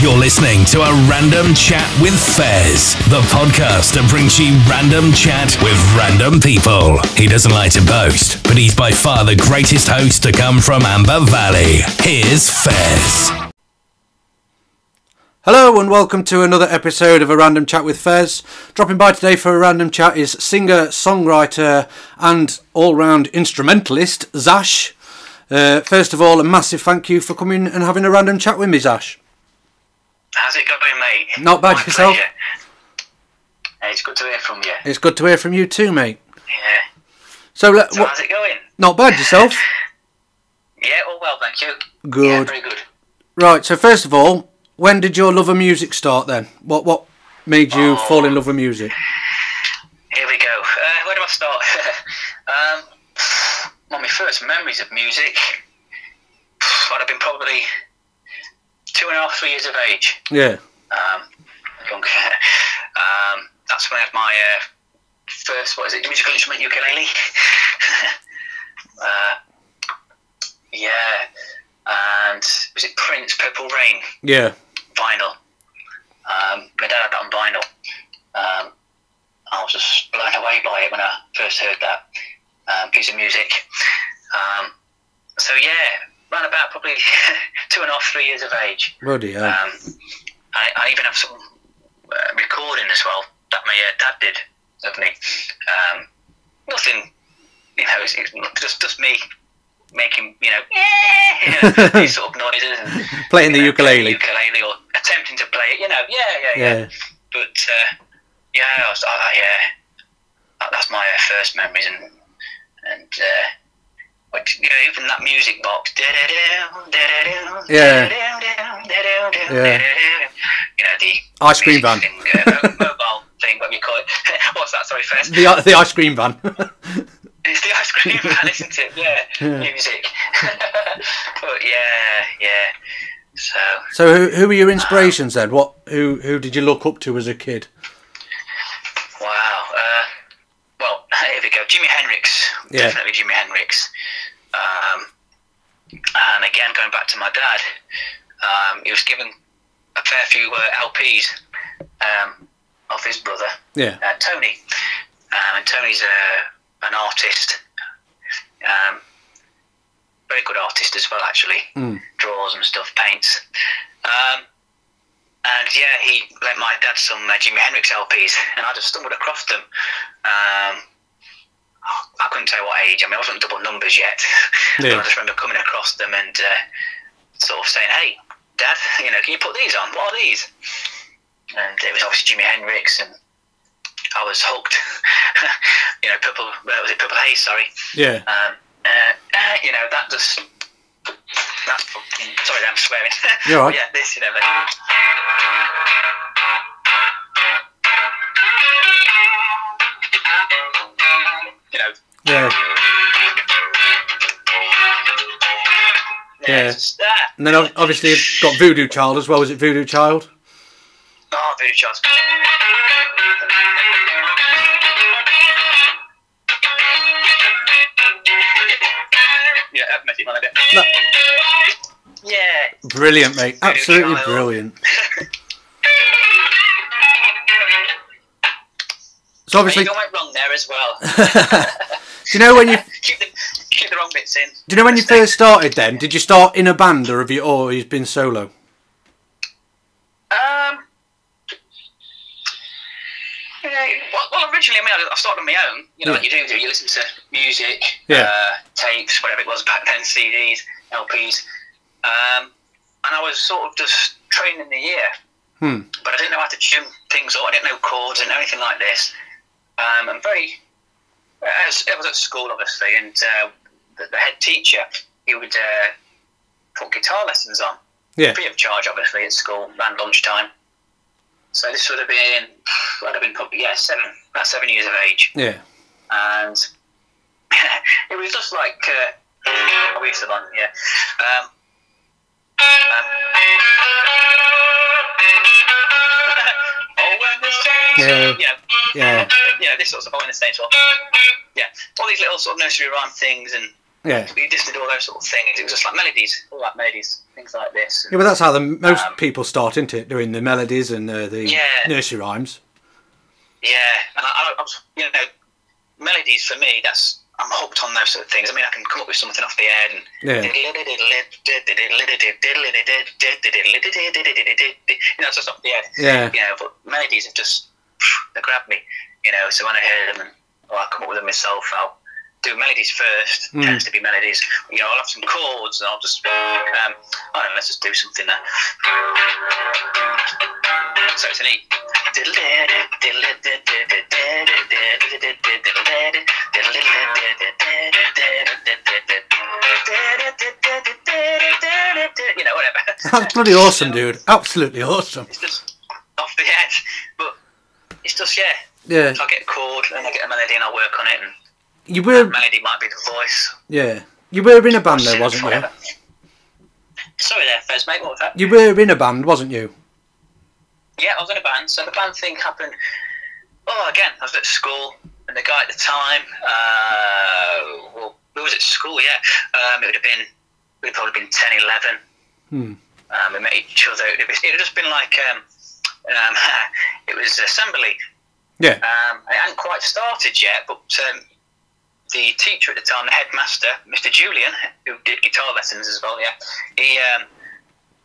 You're listening to a random chat with Fez, the podcast that brings you random chat with random people. He doesn't like to boast, but he's by far the greatest host to come from Amber Valley. Here's Fez. Hello and welcome to another episode of A Random Chat with Fez. Dropping by today for a random chat is singer, songwriter, and all round instrumentalist Zash. Uh, first of all, a massive thank you for coming and having a random chat with me, Zash. How's it going, mate? Not bad, My yourself? pleasure. Hey, It's good to hear from you. It's good to hear from you too, mate. Yeah. So, let, So what, how's it going? not bad yourself. Yeah, all well, thank you. Yeah, Good. very good. Right. So, first of all, when did your love of music start? Then, what what made you fall in love with music? Here we go. Uh, where do I start? um, well, my first memories of music, I'd have been probably two and a half, three years of age. Yeah. Um, young. um, that's when I had my uh, first, what is it, musical instrument ukulele. uh, yeah. And was it Prince Purple Rain? Yeah. vinyl. Um, my dad had that on vinyl. Um, I was just blown away by it when I first heard that um, piece of music. Um, so yeah, around about probably two and a half, three years of age. Bloody hell. Um, I, I even have some uh, recording as well that my uh, dad did of me. Um, nothing, you know, it's, it's not- just just me making, you know, you know, these sort of noises. And, Playing the you know, playing ukulele. the ukulele, or attempting to play it. You know, yeah, yeah, yeah. Yeah. But uh, yeah, I was, I, uh, that- that's my uh, first memories, and and uh, which, you know, even that music box. Yeah. Yeah. You know the Ice cream van. music thing, uh, mo- mobile thing, what you call it. What's that? Sorry, first. The i- the ice cream van. It's the ice cream van, isn't it? Yeah, music. but yeah, yeah. So so, who who were your inspirations then? What who who did you look up to as a kid? wow. Uh, well, here we go. Jimi Hendrix, Yeah. definitely Jimi Hendrix. Um, and again, going back to my dad, um, he was given a fair few uh, LPs um, of his brother Yeah. uh, Tony. Um, and Tony's a, an artist, um, very good artist as well, actually. Hmm. Draws and stuff, paints. Um, and yeah, he lent my dad some uh, Jimi Hendrix LPs, and I just stumbled across them. Um, I I couldn't tell you what age. I mean, I wasn't double numbers yet. Yeah. but I just remember coming across them and uh, sort of saying, "Hey, Dad, you know, can you put these on? What are these?" And it was obviously Jimi Hendrix, and I was hooked. you know, purple. Uh, was it purple haze? Sorry. Yeah. Um, uh, uh, you know, that just. That fucking, sorry, I'm swearing. You're all right. yeah, this, you know. Like, you know, Yeah. Yeah. it's ah, that. And then ob- obviously you've got Voodoo Child as well. Was it Voodoo Child? Oh, voodoo shots. Yeah, that messy one a bit. No. Yeah. Brilliant, mate. Absolutely Child. brilliant. So Obviously, obviously, you do went wrong there as well. you know when you keep, the, keep the wrong bits in. do you know when you first started? Then did you start in a band or have you or you've been solo? Um. yeah, Well, well, originally, I mean, I- I started on my own. You know, Yeah. like you do, do you listen to music, Yeah. uh, tapes, whatever it was back then, CDs, LPs, um, and I was sort of just training the ear, Hmm. but I didn't know how to tune things up. I didn't know chords and anything like this. Um, I'm very. I was, I was at school, obviously, and uh, the, the head teacher he would uh, put guitar lessons on Yeah. free of charge, obviously, at school around lunchtime. So this would have been, I'd have been probably yeah seven, about seven years of age, Yeah. and it was just like uh, oh, we used to run, yeah. Um, um, oh, when the saints, Yeah. you know, Yeah. you know, this sort of oh, when the saints, were- yeah, all these little sort of nursery rhyme things and Yeah. We just did all those sort of things. It was just like melodies, all like melodies, things like this. Yeah, but that's how the most Um, people start, isn't it? Doing the melodies and uh, the Yeah. nursery rhymes. Yeah, and I, I was, you know, melodies for me. That's I'm hooked on those sort of things. I mean, I can come up with something off the head and Yeah. you know, it's just off the head. Yeah. you know, but melodies have just they grab me. You know, so when I hear them and or I come up with them myself, I'll do melodies first. Hmm. Tends to be melodies. You know, I'll have some chords and I'll just um, I don't know, let's just do something there. So it's an E. You know, whatever. That's bloody awesome, dude. Absolutely awesome. It's just off the head, but it's just yeah. Yeah. I get a chord and I get a melody and I work on it, and You were, melody might be the voice. yeah. You were in a band there, wasn't you? Whatever. Sorry there, Fez, mate. What was that? You were in a band, wasn't you? Yeah, I was in a band. So the band thing happened. Oh, again, I was at school, and the guy at the time, uh, well, we was at school. Yeah, um, it would have been, we'd probably been 10, 11. Um, we met each other. It would have, been- it'd have just been like, um, um, it was assembly. Yeah. Um, it hadn't quite started yet, but um, the teacher at the time, the headmaster, Mr. Julian, who did guitar lessons as well, yeah, he um,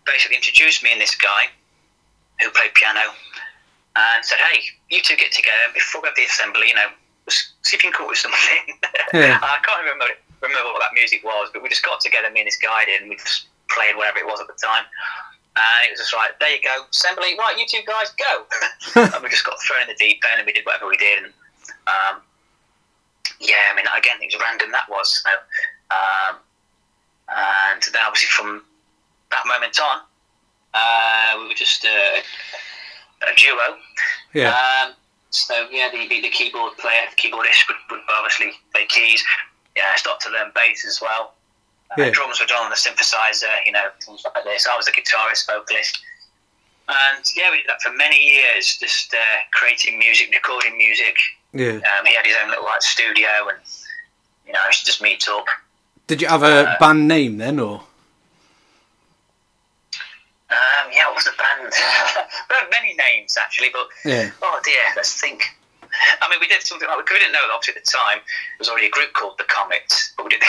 basically introduced me and this guy who played piano and said, Hey, you two get together before we have the assembly, you know, s- see if you can come up with something. Yeah. I can't remember, remember what that music was, but we just got together, me and this guy did, and we just played whatever it was at the time. And it was just like, there you go, assembly, right, you two guys, go. and we just got thrown in the deep end and we did whatever we did. And, um, yeah, I mean, again, it was random that was. So, um, and then obviously from that moment on, uh, we were just uh, a duo. Yeah. Um, so yeah, the, the, the keyboard player, keyboardist would, would obviously play keys. Yeah, I started to learn bass as well. Uh, Yeah. Drums were done on a synthesizer, you know, things like this. I was a guitarist, vocalist. And yeah, we did that for many years, just uh, creating music, recording music. Yeah. Um, he had his own little like studio, and you know, I used to just meet up. Did you have a band name then, or? Um, yeah, what was the band? we had many names actually, but Yeah. oh dear, let's think. I mean, we did something like we didn't know obviously at the time. There was already a group called the Comets, but we did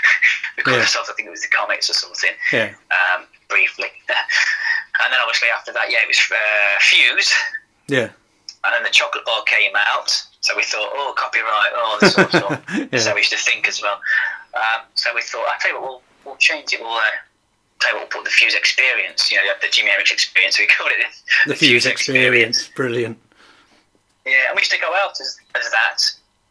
we called Yeah. ourselves. I think it was the Comets or something. Yeah. Um, briefly, and then obviously after that, yeah, it was uh, Fuse, Yeah. and then the Chocolate Bar came out. So we thought, oh, copyright, oh, this sort of stuff. Yeah. So we used to think as well. Um, so we thought, I tell you what, we'll, we'll change it. We'll uh, tell you what, we'll put the Fuse Experience. You know, the Jimi Hendrix Experience. We called it The Fuse Experience. Brilliant. yeah, and we used to go out as, as that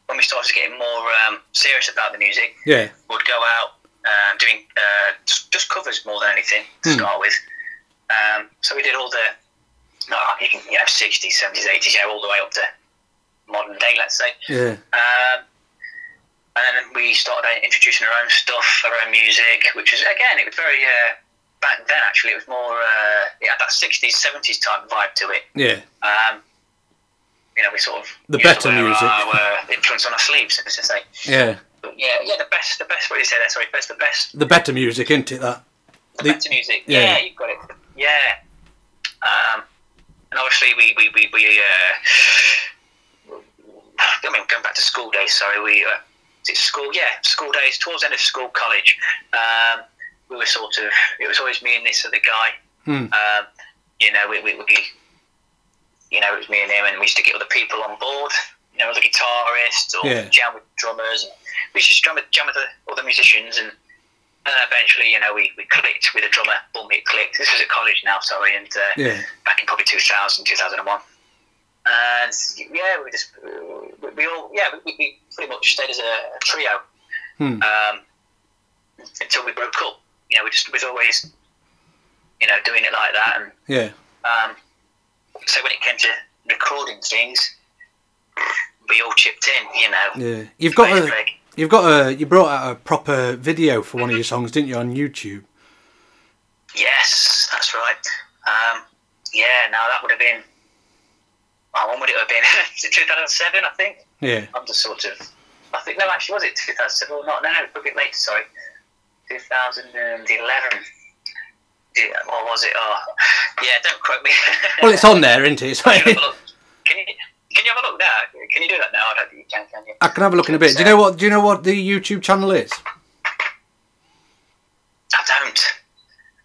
when we started getting more um, serious about the music. Yeah. We'd go out um, doing uh, just, just covers more than anything to Hmm. start with. Um, so we did all the, oh, you can, you know, 60s, 70s, 80s, you know, all the way up to modern day, let's say. Yeah. Um, and then we started uh, introducing our own stuff, our own music, which was again, it was very uh, back then. Actually, it was more uh, it had that sixties, seventies type vibe to it. Yeah. Um, you know, we sort of The used to better wear music. our, uh, influence on our sleeves, so to say. Yeah. But yeah, yeah, the best, the best. What did you say there? Sorry, first, the best, The better music, isn't it? That. the, The- better music. yeah. Yeah. you've got it. Yeah. Um, and obviously, we we we, we uh, I mean, going back to school days. Sorry, we uh, is it school? Yeah, school days. Towards the end of school, college, um, we were sort of. It was always me and this other guy. Hmm. Um, you know, we, we we you know, it was me and him, and we used to get other people on board. You know, other guitarists or Yeah. jam with drummers. And we used to jam with jam with other, other musicians and. And eventually, you know, we, we clicked with a drummer. Boom, it clicked. This was at college now, sorry, and uh, Yeah. back in probably 2000, 2001. And yeah, we just we, we all yeah we, we pretty much stayed as a, a trio Hmm. um, until we broke up. You know, we just was always you know doing it like that, and Yeah. um, so when it came to recording things, we all chipped in. You know, Yeah. You've got a. Basically. You've got a. You brought out a proper video for one of your songs, didn't you, on YouTube? Yes, that's right. Um, yeah, now that would have been. Oh, when would it have been? 2007, I think. Yeah. I'm just sort of. I think no, actually, was it 2007? Well, not no, no, a bit later. Sorry, 2011. Yeah, or was it? Oh, yeah. Don't quote me. Well, it's on there, isn't it? It's Can you like- have a look? Can you can you have a look now? Can you do that now? I don't think you can. Can you? I can have a look in a bit. Do you know what? Do you know what the YouTube channel is? I don't.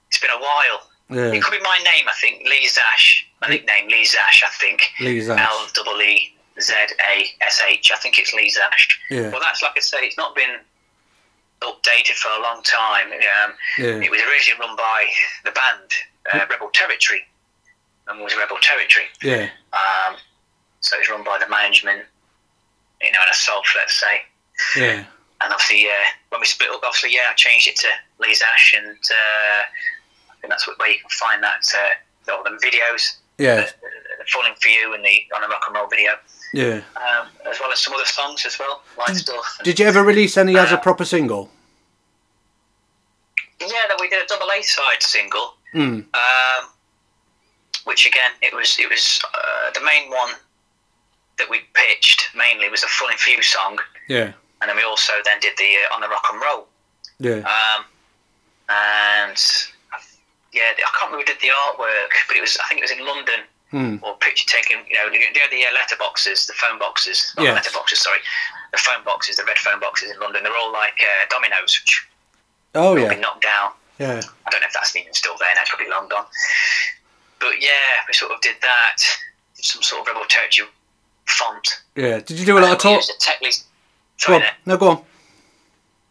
It's been a while. Yeah. It could be my name, I think. Lee Zash. My nickname, Lee Zash, I think. Lee Zash. L double E Z A S H. I think it's Lee Zash. Yeah. Well, that's like I say, it's not been updated for a long time. Um, Yeah. It was originally run by the band uh, Rebel Territory, and was Rebel Territory. Yeah. Um, so it was run by the management, you know, and a self, let's say. Yeah. And obviously, uh, when we split up, obviously, yeah, I changed it to Lee's Ash, and uh, I think that's where you can find that uh, all them videos, Yeah. the, the Falling for You, and the on a rock and roll video, Yeah. um, as well as some other songs as well, live stuff. Did you ever release any Uh, as a proper single? Yeah, that we did a double A side single, Mm. um, which again, it was it was uh, the main one that we pitched mainly was a Falling for You song, Yeah. and then we also then did the uh, on a rock and roll. Yeah. Um, and yeah, I can't remember who did the artwork, but it was I think it was in London Hmm. or picture taken. You know, you know the uh, letter boxes, the phone boxes, not the Yes. letter boxes, sorry, the phone boxes, the red phone boxes in London. They're all like uh, dominoes, which Oh have been yeah. knocked down. Yeah. I don't know if that's even still there now, it's probably long gone. But yeah, we sort of did that, some sort of rebel territory font. Yeah. Did you do a lot of We talk? used a Tetley's. Go Sorry, on. there. No, go on.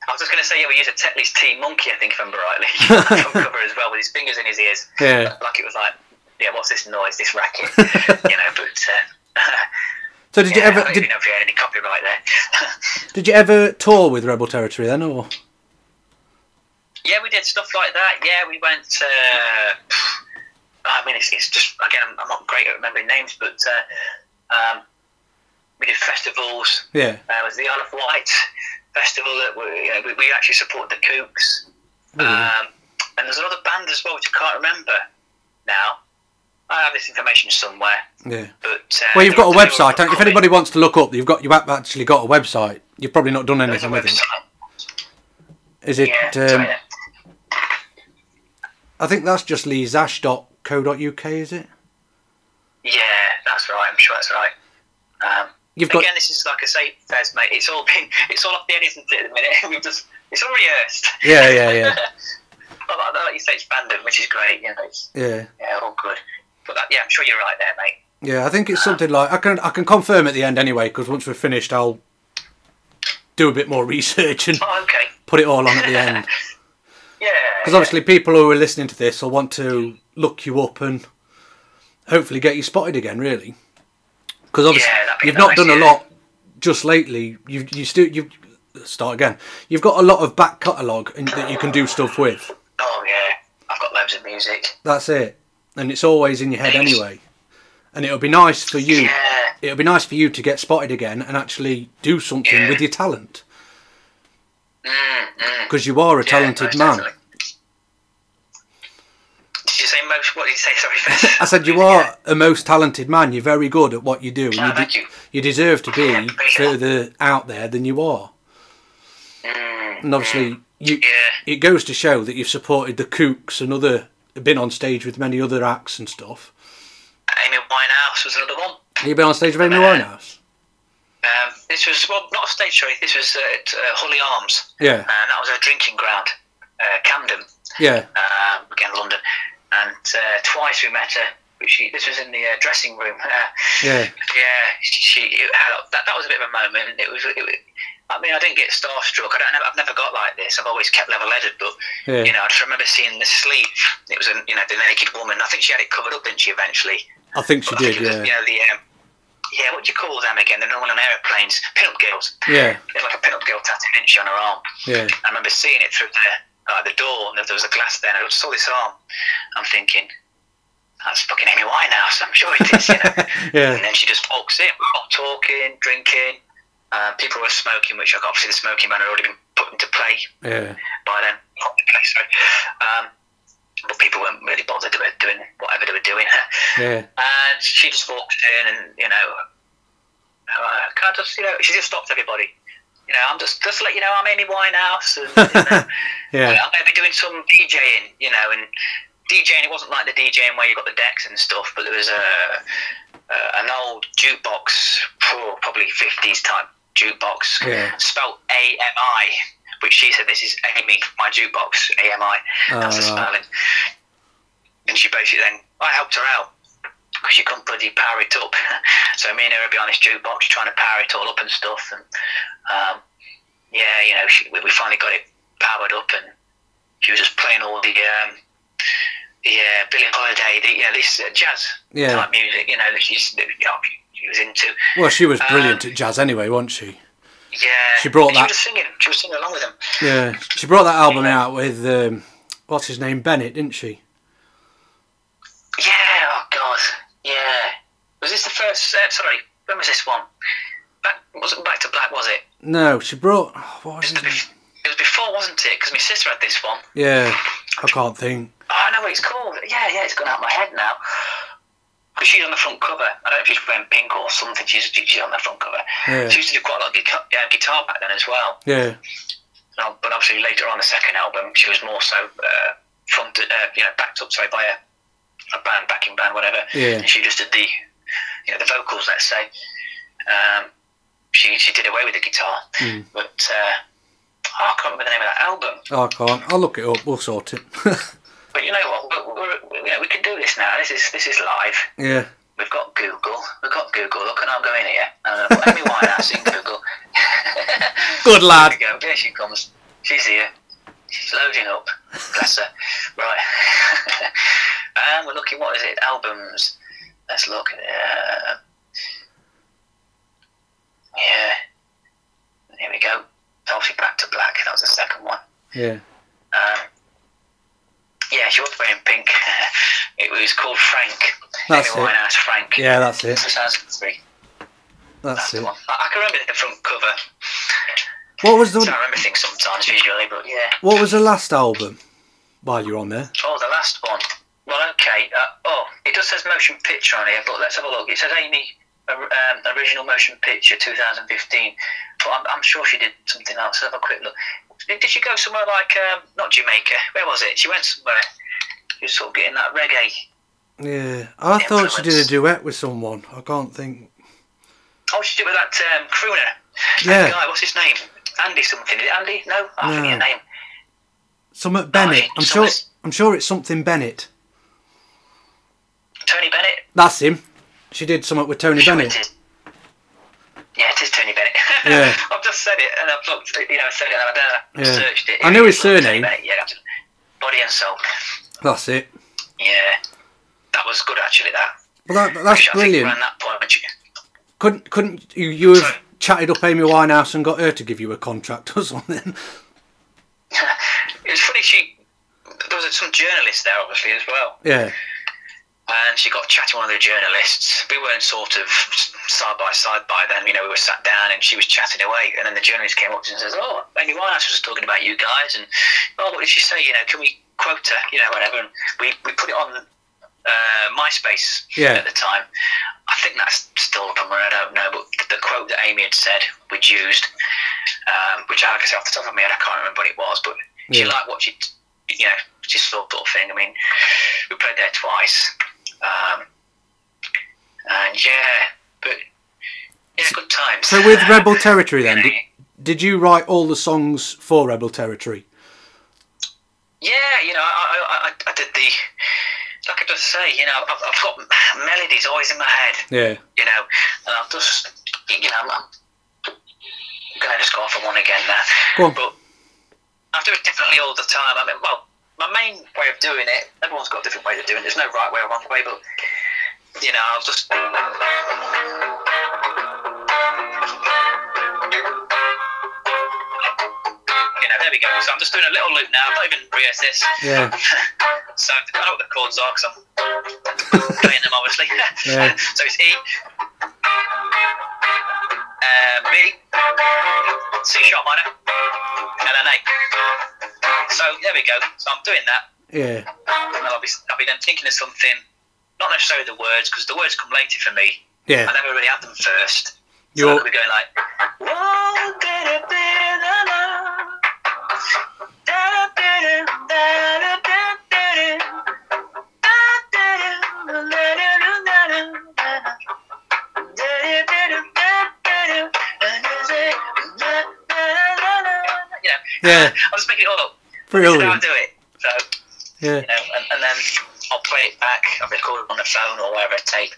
I was just going to say, yeah, we used a Tetley's T monkey, I think, if I remember rightly, on cover as well, with his fingers in his ears. Yeah. Like it was like, yeah, what's this noise, this racket? you know, but. Uh, So did you yeah, I ever don't did, even know if we had any copyright there. did you ever tour with Rebel Territory then or? yeah, we did stuff like that. Yeah, we went. Uh, I mean, it's, it's just again, I'm, I'm not great at remembering names, but uh, um, we did festivals. Yeah. Uh, it was the Isle of Wight festival that we, you know, we, we actually support the Kooks. Hmm. Um, and there's another band as well, which I can't remember now. I have this information somewhere, Yeah. but uh, Well, you've they're- got a they're website. haven't you? If upcoming. anybody wants to look up, you've got you've actually got a website. You've probably not done There's a anything with it. website. Is Yeah, it? sorry, Um, yeah. I think that's just leezash.co.uk. Is it? Yeah, that's right. I'm sure that's right. Um, You've got- again, this is like I say, Fez, mate. It's all been, it's all off the head, isn't it? At the minute, we've just, it's all rehearsed. Yeah, yeah, yeah. Well, like, like you say, it's random, which is great. You know, it's Yeah. yeah, all good. But that, yeah, I'm sure you're right there, mate. Yeah, I think it's something like I can I can confirm at the end anyway because once we're finished, I'll do a bit more research and Oh, okay. put it all on at the end. Yeah. Because obviously, people who are listening to this will want to look you up and hopefully get you spotted again. Really, because obviously Yeah, that'd be you've not nice, done a yeah. lot just lately. You you still you start again. You've got a lot of back catalogue and that you can do stuff with. Oh yeah, I've got loads of music. That's it, and it's always in your head anyway. And it'll be nice for you. Yeah. It'll be nice for you to get spotted again and actually do something Yeah. with your talent Mm, mm. because you are a talented most man. definitely. Did you say most? What did you say? Sorry, Fez. I said you Yeah. are a most talented man. You're very good at what you do. Oh, and you, thank you. you deserve to be Appreciate further out there than you are. Mm, And obviously, you Yeah. it goes to show that you've supported the Kooks and other been on stage with many other acts and stuff. Amy Winehouse was another one. You've been on stage with Amy Winehouse. Um, this was well, not a stage show. This was uh, at uh, Holly Arms, Yeah, and that was a drinking ground, uh, Camden, yeah, um, again London. And uh, twice we met her. But she, this was in the uh, dressing room. Uh, yeah, yeah, she, she it had, that, that was a bit of a moment. It was, it was. I mean, I didn't get starstruck. I don't. I've never got like this. I've always kept level-headed, but Yeah. you know, I just remember seeing the sleeve. It was, a, you know, the naked woman. I think she had it covered up, didn't she? Eventually, I think she I think did. it was, Yeah, You know, the, um, yeah, what do you call them again? They're normal on aeroplanes. Pin-up girls. Yeah. There's like a pin-up girl tattoo didn't she, on her arm. yeah, I remember seeing it through the, uh, the door, and there- there was a glass there, and I saw this arm. I'm thinking, that's fucking Amy Winehouse, I'm sure it is, you know. And yeah, then she just walks in. We're all talking, drinking. Uh, people were smoking, which like, obviously the smoking ban had already been put into play yeah, by then. Not in play, sorry. Um, but people weren't really bothered about doing whatever they were doing. yeah, And she just walked in, and you know, uh, can't just you know, she just stopped everybody. You know, I'm just just let you know I'm Amy Winehouse, and you know, Yeah. I'm going to be doing some DJing. You know, and DJing it wasn't like the DJing where you got the decks and stuff, but there was a, a an old jukebox, oh, probably 50s type jukebox, Yeah. spelt A M I, which she said this is Amy, my jukebox, A M I. That's the Oh, right. spelling. And she basically then I helped her out because she couldn't bloody power it up. so me and her would be on this jukebox trying to power it all up and stuff. And um, yeah, you know, she, we, we finally got it powered up, and she was just playing all the um, the uh, Billie Holiday, the you know, this uh, jazz Yeah. type music, you know, that she's that, you know, she was into. Well, she was brilliant at jazz anyway, wasn't she? Yeah, She brought and that- She was singing. She was singing along with them. Yeah, she brought that album out with um, what's his name Bennett, didn't she? Yeah, oh god, yeah. Was this the first? Uh, sorry, when was this one? Back wasn't Back to Black, was it? No, she brought oh, what was his It name? was- it was before, wasn't it? Because my sister had this one. Yeah, I can't think. Oh, I know what it's called. Yeah, yeah, it's gone out of my head now. Because she's on the front cover. I don't know if she's wearing pink or something. She's, she's on the front cover. Yeah. She used to do quite a lot of guitar, yeah, guitar back then as well. Yeah, No, but obviously later on the second album, she was more so uh, fronted, uh, you know, backed up, sorry, by a, a band, backing band, whatever. Yeah. And she just did the, you know, the vocals, let's say. Um, she, she did away with the guitar. Hmm. But uh, I can't remember the name of that album. I can't. I'll look it up. We'll sort it. But you know what? We're, we're, you know, we can do this now. This is this is live. yeah, We've got Google. We've got Google. Look, and I'll go in here. Uh, put Amy Winehouse in Google. good There lad. we go. There she comes. She's here. She's loading up. Bless her. Right. and we're looking, what is it? Albums. Let's look. Uh, yeah. Here we go. Obviously, Back to Black. That was the second one. Yeah, Um, yeah, she was wearing pink. it was called Frank. That's Amy it. Winehouse, Frank. yeah, that's it. 2003. That's That's the it. one. I, I can remember the front cover. What was So I the remember things sometimes visually, but yeah. What was the last album? While you're on there, Oh, the last one. Well, okay. Uh, oh, it does says motion picture on here, but let's have a look. It says Amy or- um, original motion picture 2015, but I'm, I'm sure she did something else. Let's have a quick look. Did, did she go somewhere like um, not Jamaica? Where was it? She went somewhere. She was sort of getting that reggae. yeah, I thought she did a Influence. duet with someone. I can't think. Oh, she did with that um, crooner. Yeah. That guy, what's his name? Andy something. Is it Andy? No, I No. forget the name. Something Bennett. I'm sure. I'm sure it's something Bennett. Tony Bennett. That's him. She did something with Tony Sure Bennett. it is. Yeah, it is Tony Bennett. Yeah. I've just said it and I've looked, you know, said it and I don't know, Yeah. searched it. I knew his It's Tony surname. Bennett, Yeah, that's- Body and Soul. That's it. Yeah, that was good actually. That Well, that, that's I think brilliant. around that point, when she- Couldn't couldn't you, you have Sorry. chatted up Amy Winehouse and got her to give you a contract or something? it was funny. She there was some journalists there obviously as well, yeah, and she got chatting with one of the journalists. We weren't sort of side by side by then, you know, we were sat down and she was chatting away. And then the journalist came up to us and says, Oh, Amy Winehouse was talking about you guys. And, Oh, what did she say? You know, can we quote her? You know, whatever. And we, we put it on uh, MySpace Yeah. at the time. I think that's still up somewhere, I don't know. But the quote that Amy had said, we'd used, um, which, like I said, off the top of my head, I can't remember what it was, but she Yeah. liked what she, you know, just sort of thing. I mean, we played there twice. Um, and yeah, but yeah, good times. So with Rebel Territory then, did, Yeah. did you write all the songs for Rebel Territory? Yeah, you know, I, I, I, I did the like I just say, you know, I've, I've got melodies always in my head, Yeah, you know, and I've just, you know, I'm, I'm gonna just go off on one again now. Go on. But I do it differently all the time. I mean, well, my main way of doing it, everyone's got a different way of doing it. There's no right way or wrong way, but you know, I'll just. You know, there we go. So I'm just doing a little loop now. I'm not even rehearsed this. Yeah. so I know what the chords are because I'm playing them, obviously. Yeah. so it's E, uh, B, C sharp minor, and an A. So there we go. So I'm doing that yeah, and I'll be, I'll be then thinking of something, not necessarily the words, because the words come later for me. yeah. I never really had them first. So You're- I could be going like, "Whoa, baby, Yeah. I was making it up. Brilliant. This is how I do it. So, Yeah. you know, and, and then I'll play it back. I'll record it on the phone or wherever I tape.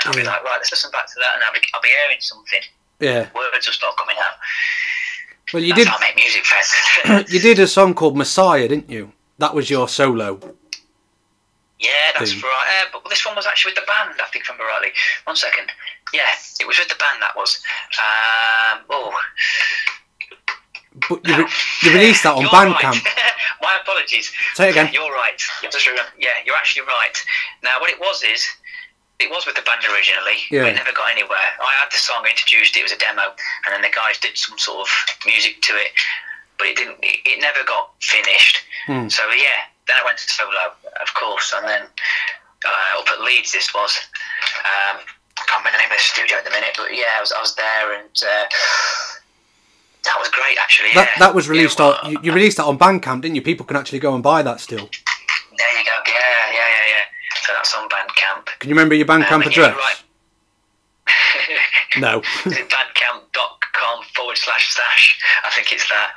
And I'll be Yeah. like, right, let's listen back to that, and I'll be, I'll be hearing something. Yeah. Words will start coming out. Well, you That's did how I make music fest. you did a song called Messiah, didn't you? That was your solo. yeah, that's Thing. right. Uh, but this one was actually with the band, I think, from rightly. One second. Yeah, it was with the band that was. Um, oh, But you, re- you released that on You're Bandcamp. Right. My apologies. Say it again. Yeah, you're right. You just remember, yeah, you're actually right. Now, what it was is, it was with the band originally, Yeah. but it never got anywhere. I had the song introduced, it was a demo, and then the guys did some sort of music to it, but it didn't. It, it never got finished. Hmm. So yeah, then I went to solo, of course, and then uh, up at Leeds this was. Um, I can't remember the name of the studio at the minute, but yeah, I was, I was there and. Uh, that was great, actually. That yeah. that was Yeah, released well, on you, you released that on Bandcamp, didn't you? People can actually go and buy that still. There you go. Yeah, yeah, yeah, yeah. So that's on Bandcamp. Can you remember your Bandcamp Um, yeah, address? right. No. Is it Bandcamp.com forward slash Zash. I think it's that.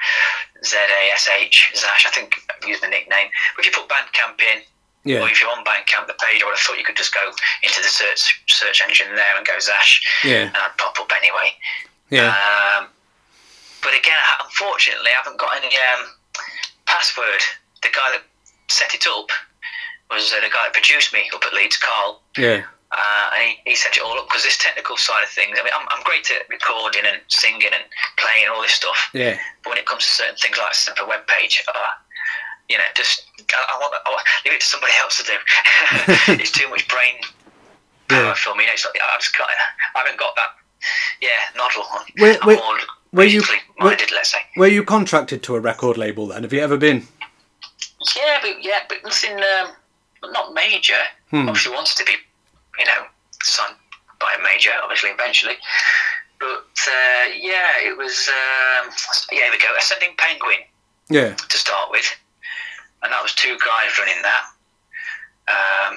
Z A S H Zash. I think I've used the nickname. But if you put Bandcamp in, yeah. or if you're on Bandcamp, the page, I would have thought you could just go into the search search engine there and go Zash. Yeah. And I'd pop up anyway. Yeah. Um, but again, I- unfortunately, I haven't got any um, password. The guy that set it up was uh, the guy that produced me up at Leeds, Carl. Yeah. Uh, and he, he set it all up because this technical side of things, I mean, I'm, I'm great at recording and singing and playing and all this stuff. Yeah. But when it comes to certain things like set up a web page, uh, you know, just I, I, want, I want leave it to somebody else to do. it's too much brain power Yeah. for me. You know, it's like, I just can't, I haven't got that. Yeah, noddle. on. Where- I'm where- more where you- musically where- minded, let's say. Were you contracted to a record label then? Have you ever been? Yeah, but yeah, but nothing, um, not major. Obviously, wants to be, you know, signed by a major, obviously, eventually. But uh, yeah, it was. Um, yeah, here we go. Ascending Penguin Yeah. to start with, and that was two guys running that. Um,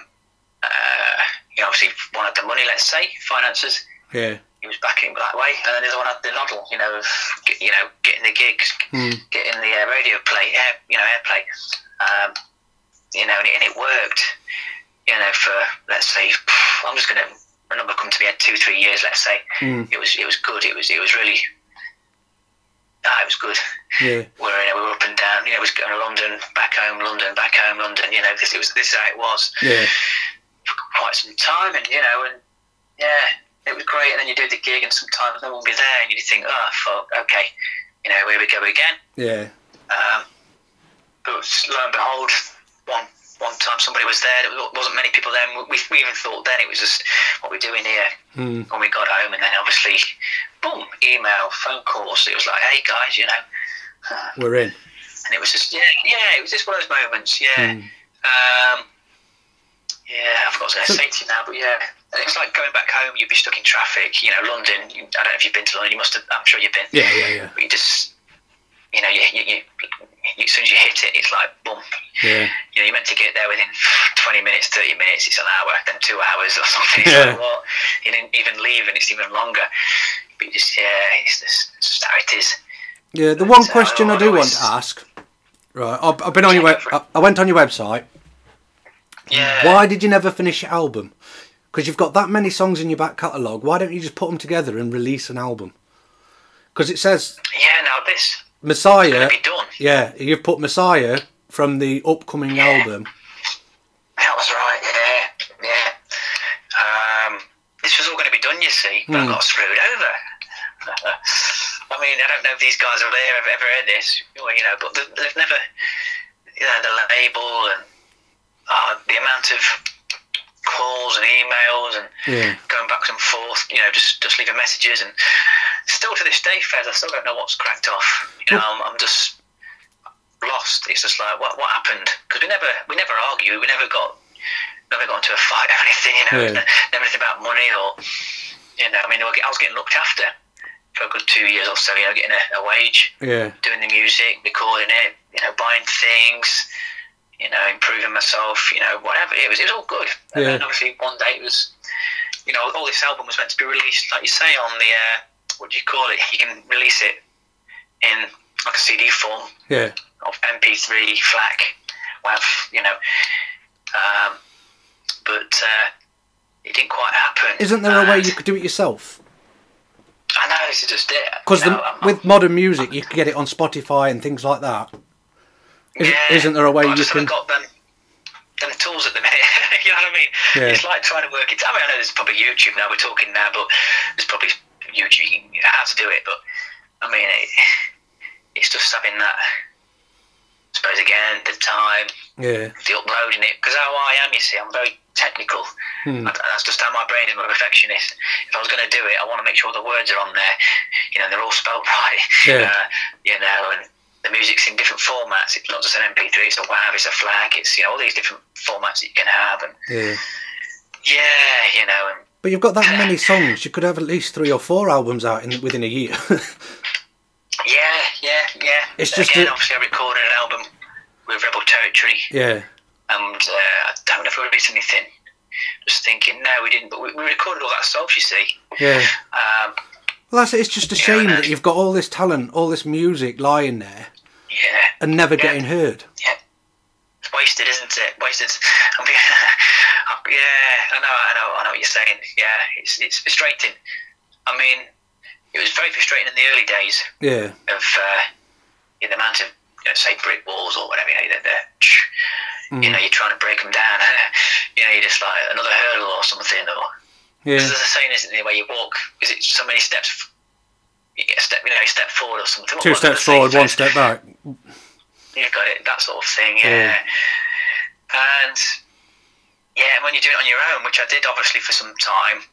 uh, you know, obviously, one had the money, let's say, finances. Yeah. He was backing that way, and then the other one had the noddle, you know, of get- you know, getting the gigs, getting the uh, radio play, air, you know, airplay, um, you know, and it, and it worked, you know, for let's say, I'm just gonna a number come to me at two, three years, let's say, Mm, it was it was good, it was it was really, ah, it was good. Yeah. We were, you know, we were up and down, you know, it was going to London, back home, London, back home, London, you know, this it was this is how it was Yeah. quite some time, and you know, and yeah, it was great. And then you do the gig, and sometimes no one will be there, and you think, oh, fuck, okay, you know, here we go again. Yeah. Um, but lo and behold, one one time somebody was there. There wa- wasn't many people there. And we, we even thought then it was just what we're doing here when we got home. And then obviously, boom, email, phone calls. It was like, hey guys, you know, We're in. and it was just yeah, yeah. It was just one of those moments. Yeah. Hmm. Um, yeah, I forgot what I was going to say to you now, but yeah, And it's like going back home. You'd be stuck in traffic. You know, London. you- I don't know if you've been to London. You must have. I'm sure you've been. Yeah. Yeah. Yeah. But you just, you know, you, you, you, you as soon as you hit it, it's like boom. Yeah. You know, you're meant to get there within 20 minutes, 30 minutes. It's an hour, then two hours or something. It's Yeah. like, what? You didn't even leave, and it's even longer. But you just, yeah, it's just, it's just how it is. Yeah, the one So, question I do want to otherwise- ask, right? I've, I've been on your Yeah, web. go for it. Uh, I, I went on your website. Yeah. Why did you never finish your album? Because you've got that many songs in your back catalogue. Why don't you just put them together and release an album? Because it says Yeah, now this. Messiah. Could be done. Yeah, you've put Messiah from the upcoming Yeah. album. That was right, yeah, yeah. Um, this was all going to be done, you see, but I got screwed over. I mean, I don't know if these guys over there have ever heard this, or, you know, but they've, they've never, you know, the label and uh, the amount of calls and emails and Yeah. going back and forth, you know, just just leaving messages and still to this day, Fez, I still don't know what's cracked off. You know, I'm, I'm just lost. It's just like what what happened because we never we never argued. We never got never got into a fight or anything. You know, Yeah. never anything about money or you know. I mean, I was getting looked after for a good two years or so. You know, getting a, a wage, Yeah. doing the music, recording it, you know, buying things. You know, improving myself. You know, whatever. It was it was all good. And Yeah. then obviously one day it was, you know, all this album was meant to be released, like you say, on the uh, what do you call it? You can release it in like a CD form Yeah. of MP3 FLAC, WAV, you know. Um, but uh, it didn't quite happen. Isn't there a way And you could do it yourself? I know this is just it. Because you know, I'm not- with modern music, you can get it on Spotify and things like that. Isn't, Yeah, isn't there a way but I you just can? haven't got them, them tools at the minute. you know what I mean? Yeah. It's like trying to work it. I mean, I know there's probably YouTube now. We're talking now, but there's probably YouTube you can- how to do it. But I mean, it, it's just having that. I suppose again, the time, Yeah, the uploading it, because how I am, you see, I'm very technical. Hmm. I- that's just how my brain is. I'm a perfectionist. If I was going to do it, I want to make sure the words are on there. You know, they're all spelled right. Yeah. Uh, you know, and the music's in different formats. It's not just an MP3. It's a WAV. It's a FLAC. It's you know all these different formats that you can have. And yeah. yeah, you know, and But you've got that many songs. You could have at least three or four albums out in within a year. yeah, yeah, yeah. It's just again, that- obviously, I recorded an album with Rebel Territory. yeah, and uh, I don't know if we released anything. Just thinking, no, we didn't. But we, we recorded all that stuff, you see. yeah. Um, Well, that's it. It's just a shame that you've got all this talent, all this music lying there yeah, and never getting heard. yeah. It's wasted, isn't it? Wasted. I'm being, I'm- yeah, I know, I know, I know what you're saying. Yeah, it's it's frustrating. I mean, it was very frustrating in the early days Yeah, of uh, you know, the amount of you know, say brick walls or whatever. You know, they're, they're, Mm. you know, you're trying to break them down. you know, you're just like another hurdle or something or. yeah, Because there's a saying, isn't there, where you walk, is it so many steps, f- you get a step, you know, a step forward or something? What two was it steps the saying forward, one says? step back. You've got it, that sort of thing, yeah. Yeah. And, yeah, and when you do it on your own, which I did obviously for some time,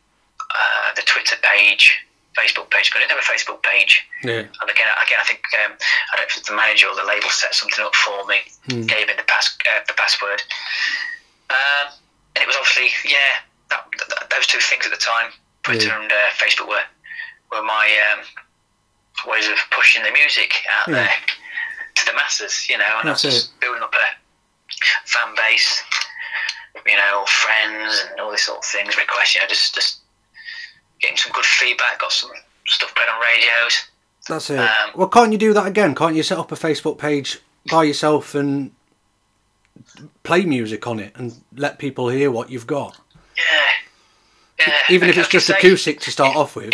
uh, the Twitter page, Facebook page, but I didn't have a Facebook page. Yeah, And again, again, I think um, I don't know if the manager or the label set something up for me, Hmm. gave me the pass, uh, the password, um, and it was obviously yeah, that, th those two things at the time, Twitter Yeah. and uh, Facebook were were my um, ways of pushing the music out Yeah. there to the masses, you know, and That's I was just building up a fan base, you know, friends and all this sort of things, requests, you know, just just getting some good feedback, got some stuff played on radios. that's it. Um, well, can't you do that again? Can't you set up a Facebook page by yourself and play music on it and let people hear what you've got? Yeah. Yeah. Even if Like it's I just say, acoustic to start off with.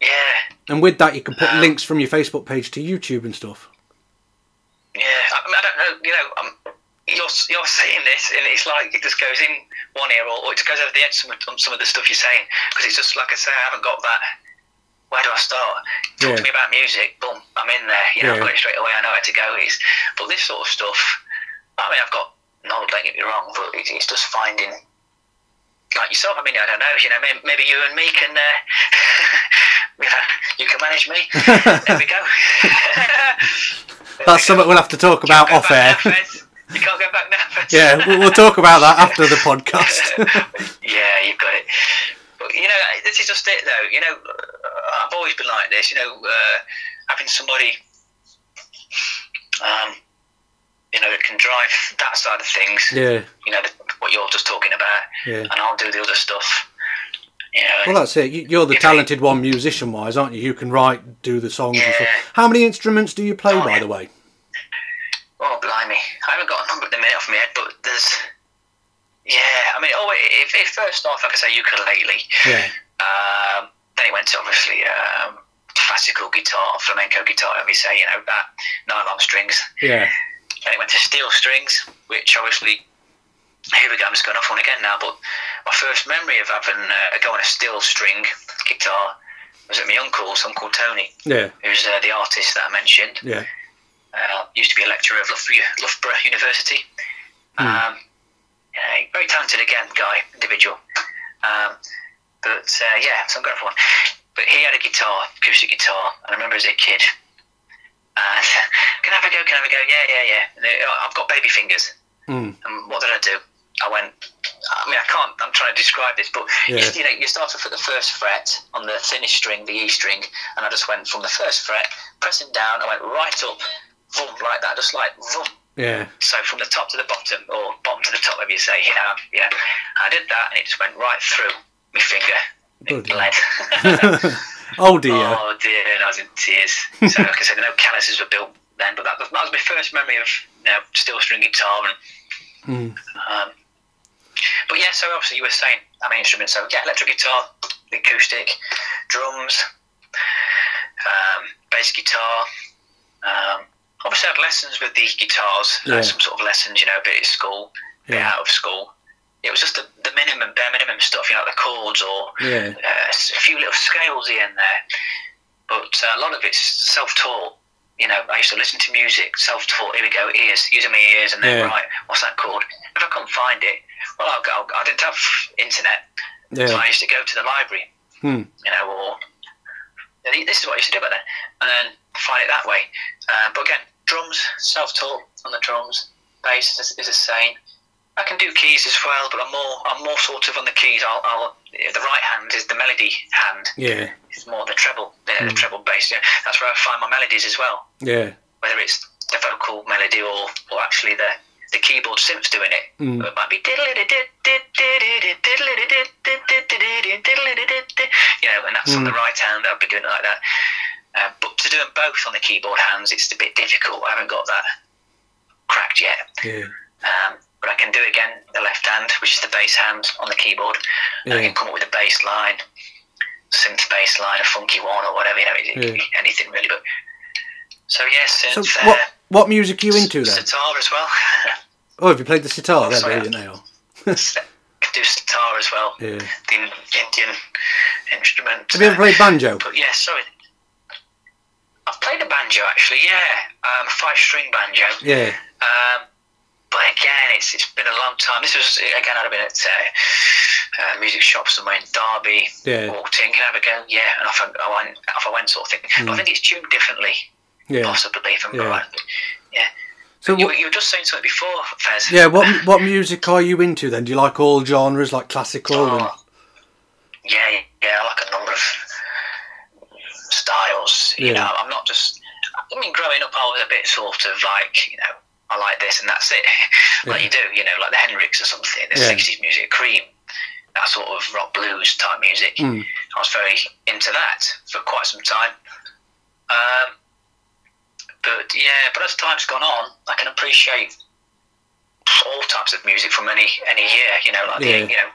Yeah. And with that, you can put links from your Facebook page to YouTube and stuff. Yeah. I, mean, I don't know. You know, um you're you're saying this, and it's like it just goes in one ear, or, or it goes over the edge some of, on some of the stuff you're saying, because it's just like I say, I haven't got that. Where do I start? Talk Yeah. to me about music. Boom, I'm in there. You know, Yeah. I've got it straight away. I know where to go. Is but this sort of stuff. I mean, I've got knowledge. Don't get me wrong, but it's, it's just finding. Like yourself, I mean, I don't know. You know, may- maybe you and me can, uh, you know, you can manage me. there we go. There we go. That's something we'll have to talk about Go off air. back now, Fez. You can't go back now, Fez. yeah, we'll, we'll talk about that after the podcast. yeah, you've got it. But you know, this is just it, though. You know, uh, I've always been like this. You know, uh, having somebody, um, you know, that can drive that side of things. yeah, You know, what you're just talking about, Yeah. and I'll do the other stuff. You know, well, that's it. You- You're the If I- talented one musician wise, aren't you? You can write, do the songs and Yeah. stuff. How many instruments do you play, by the way? Oh, blimey. I haven't got a number at the minute off my head, but there's. Yeah, I mean, oh, if, if first off, like I say, ukulele. Oh, Yeah, Um, then it went to obviously um, classical guitar, flamenco guitar, let me say, you know, that nylon strings. yeah, Then it went to steel strings, which obviously. Here we go, I'm just going off one again now, but my first memory of having uh, a go on a steel string guitar was at my uncle's, Uncle Tony, yeah, who's uh, the artist that I mentioned yeah, uh, used to be a lecturer of Loughborough, Loughborough University. Um, yeah, very talented again, guy, individual. Um, but uh, yeah, so I'm going for one. But he had a guitar, acoustic guitar, and I remember as a kid. Uh, can I have a go? Can I have a go? Yeah, yeah, yeah. And, uh, I've got baby fingers. Mm. And what did I do? I went. I mean, I can't. I'm trying to describe this, but you- Yeah. you know, you start off at the first fret on the thinnest string, the E string, and I just went from the first fret, pressing down. I went right up, vroom, like that, just like vroom. yeah, So from the top to the bottom, or bottom to the top, whatever you say, you know, yeah. I did that, and it just went right through my finger. Bloody It bled. yeah. Oh dear. Oh dear, and I was in tears. So, like I said, no calluses were built then, but that, that was my first memory of you know, steel string guitar. And, Hmm. um, but yeah, so obviously you were saying, I mean, instruments. So yeah, electric guitar, the acoustic, drums, um, bass guitar. Um, obviously, I had lessons with these guitars, Yeah. like some sort of lessons, you know, a bit at school, a bit Yeah. out of school. It was just the, the minimum, bare minimum stuff, you know, like the chords or Yeah. uh, s- a few little scales here and there. But uh, a lot of it's self-taught. You know, I used to listen to music, self-taught. Here we go, ears, using my ears, and then Yeah. right, what's that called? If I couldn't find it, well, I'll, go- I'll, I didn't have internet, so Yeah. I used to go to the library. Hmm. You know, or this is what I used to do back then, and then find it that way. Uh, but again, drums, self-taught on the drums. Bass is, is the same. I can do keys as well, but I'm more I'm more sort of on the keys. I'll, I'll the right hand is the melody hand. Yeah. It's more the treble, the, the treble bass. Yeah, that's where I find my melodies as well. Yeah. Whether it's the vocal melody or, or actually the, the keyboard synth doing it. Mm. It might be you know, and that's on the Hmm. right hand. I'll be doing it like that. Uh, but to do them both on the keyboard hands, it's a bit difficult. I haven't got that cracked yet. Yeah. Um, but I can do again the left hand, which is the bass hand on the keyboard, and I Yeah. can come up with a bass line, synth bass line, a funky one or whatever, you know, it- it- anything really. But so yes, So synth, what uh, what music are you into then? sitar as well. Oh, have you played the sitar? They're Sorry. uh, brilliant. They are. can do sitar as well. Yeah. The Indian instrument. Have you ever played banjo? But yeah, sorry. I've played a banjo actually, yeah, um, five string banjo. Yeah. Um, but again, it's it's been a long time. This was again, I'd have been at uh, a music shop somewhere in Derby. Yeah. Walked in, can I have a go? Yeah, and off I, I went, off I went, sort of thing. But I think it's tuned differently, Mm. Yeah. possibly. If I'm Yeah. right. Yeah. So You, what, you were just saying something before, Fez. yeah, what what music are you into then? Do you like all genres, like classical? And, Oh, yeah, yeah, I like a number of styles. You Yeah. know, I'm not just. I mean, growing up, I was a bit sort of like, you know, I like this and that's it. like you do, you know, like the Hendrix or something, the Yeah. 60s music, Cream, that sort of rock blues type music. Hmm. I was very into that for quite some time. Um, but yeah, but as time's gone on, I can appreciate all types of music from any any year. You know, like Yeah. the you know,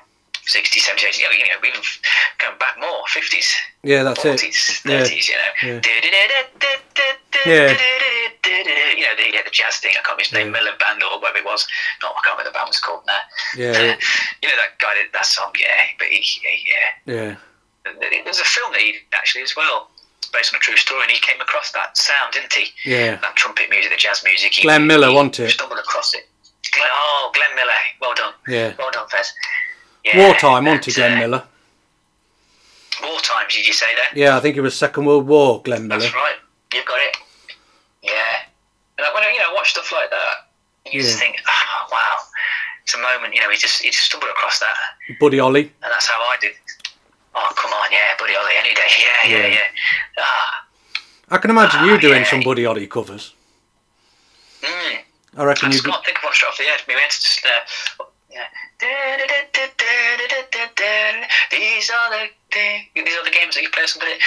60s, 70s, 80s, you know, you know, even going back more, 50s, yeah, that's it. 40s, Yeah. 30s. You know, Yeah. you know, the, yeah, the jazz thing. I can't remember his name, Yeah. Miller Band or whatever it was. Not, I can't remember the band was called now. Yeah, you know that guy did that song, yeah, but he, he yeah yeah, there's a film that he did actually as well based on a true story and he came across that sound didn't he yeah. that trumpet music the jazz music he, Glenn Miller, he wasn't it? stumbled across it Glenn, oh Glenn Miller well done Yeah. well done Fez yeah, Wartime, wasn't he, that's, Glenn uh, Miller? war times did you say there Yeah, I think it was Second World War, Glenn Miller. that's right you've got it yeah and like, when I you know watch stuff like that you just Yeah. think oh wow it's a moment you know he just he just stumbled across that Buddy Holly. and that's how I did oh come on yeah buddy Holly any day yeah yeah Yeah. yeah, ah I can imagine you Ah, doing yeah. some Buddy Holly covers. mm. I reckon I you. just can't think of one straight off the head. My head's just uh, yeah. These are the thing. These are the games that you play somebody.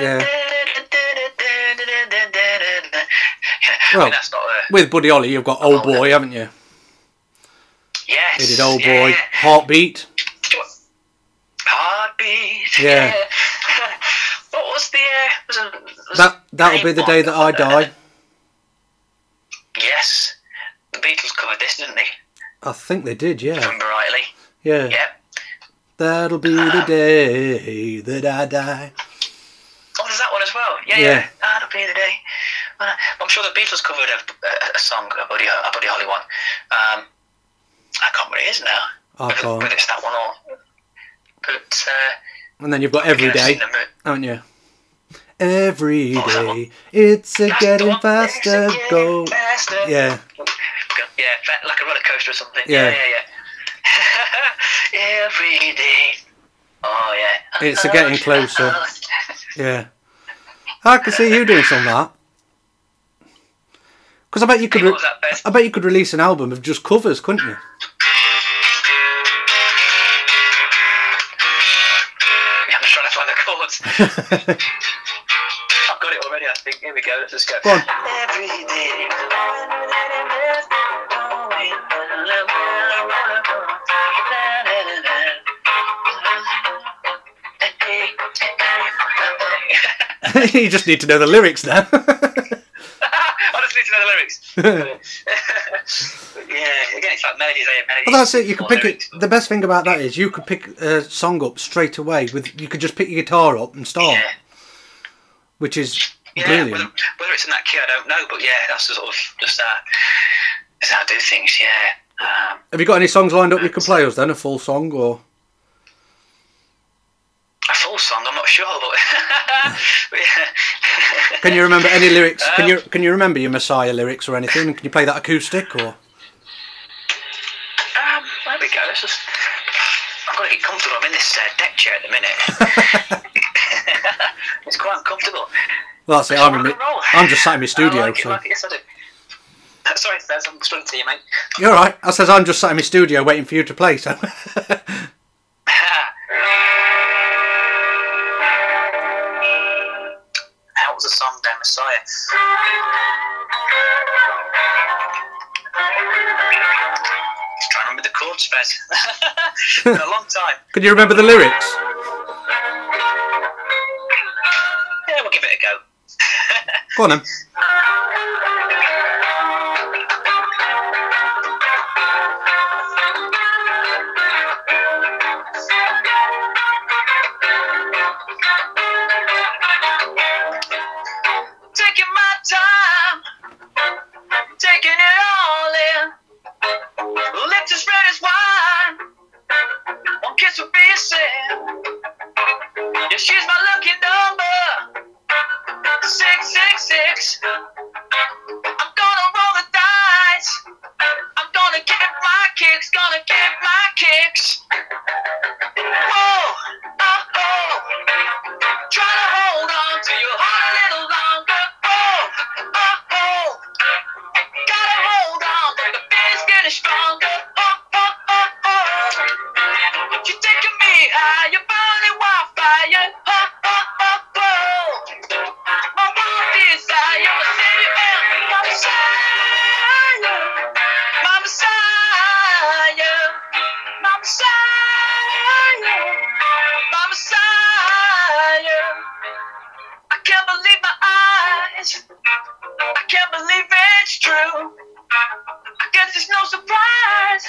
Yeah. Yeah. I Well, mean, that's not Oh, a. With Buddy Holly, you've got Old Boy, haven't you? Yes. He did Old yeah. Boy, Heartbeat. Heartbeat. Yeah. what was the? Uh, was a, was That a that'll be name the on day that I uh, die. Yes. The Beatles covered this, didn't they? If I think they did. I Yeah, remember rightly. yeah. Yeah. That'll be the day that I die. Oh, there's that one as well. Yeah, Yeah. yeah. Ah, That'll be the day. Well, I'm sure the Beatles covered a, a, a song, a Buddy, a Buddy Holly one. Um, I can't remember what it is now. I Whether- can't. Whether it's that one or. But uh, And then you've got every yeah, it's day, in the mo- haven't you? Every Oh, that one. day, it's a That's the getting one. It's faster getting go. faster. Yeah, Yeah, fa- like a roller coaster or something. Yeah. Yeah, yeah, yeah. Every day. Oh yeah. It's a getting closer. yeah. I can see you doing some of that. Because I bet you could. What Re- was that, Beth? I bet you could release an album of just covers, couldn't you? I'm just trying to find the chords. I've got it already, I think. Here we go, let's just go. Go on. Every day, I you just need to know the lyrics now. just need to know the lyrics. yeah, again, it's like melodies, eh? melodies. Well, that's it. You can or pick it. lyrics. The best thing about that is you could pick a song up straight away. With you could just pick your guitar up and start, Yeah. which is Yeah, Oh, brilliant. whether, whether it's in that key, I don't know, but yeah, that's the sort of just that. That's how I do things. Yeah. Um, Have you got any songs lined up you could play us then? A full song or? a full song, I'm not sure, but, but yeah. Can you remember any lyrics? Uh, Can you can you remember your Messiah lyrics or anything? Can you play that acoustic or? Um, there we go. Let's just. I've got to get comfortable. I'm in this uh, deck chair at the minute. it's quite uncomfortable. Well, that's it. I'm in Rock my, and roll. I'm just sat in my studio. I like it, so. like it, yes, I do. Sorry, Fez, I'm struggling to you, mate. You're all right. I says I'm just sat in my studio waiting for you to play. So. That was a song by Messiah. Trying to remember the chords, Fez. It's been a long time. can you remember the lyrics? Yeah, we'll give it a go. Go on then. Taking my time, taking it all in. Lips as red as wine, one kiss will be a sin. Yeah, she's my lucky number. Six, six, six. I'm gonna roll the dice. I'm gonna get my kicks, gonna get my kicks. Oh, oh, oh. Try to hold on to your heart a little longer. Oh, oh, oh. Gotta hold on, the feeling's getting stronger. Oh, oh, oh, oh. You're taking me high, you're burning wildfire. Oh, oh, oh, oh. My wild desire, my savior and my messiah. My messiah, my messiah, my messiah. I can't believe my eyes. I can't believe it's true. I guess it's no surprise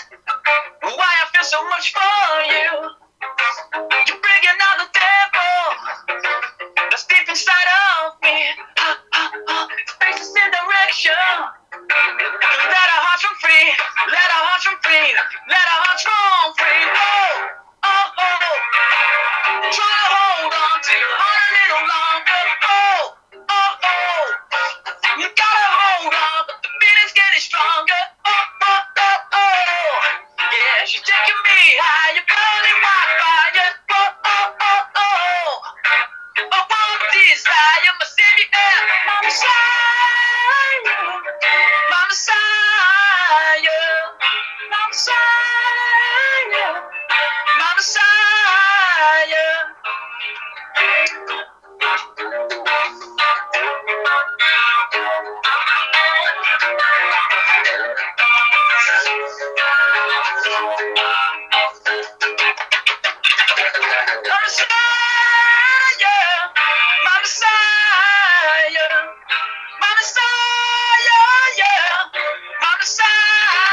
why I feel so much for you. You bring out the devil that's deep inside of me. Ha, ha, ha. Face us in direction. Let our hearts run free. Let our hearts run free. Let our hearts run free. Oh, oh, oh. Try to hold on to your heart a little longer. Oh, oh, oh. You gotta hold on, but the feeling's getting stronger. Oh, oh, oh, oh. Yeah, she's taking me high. You're burning my fire. Oh, oh, oh, oh. I want desire, my savior, my messiah, my messiah, my messiah, my messiah. My messiah, my messiah, my messiah, yeah, my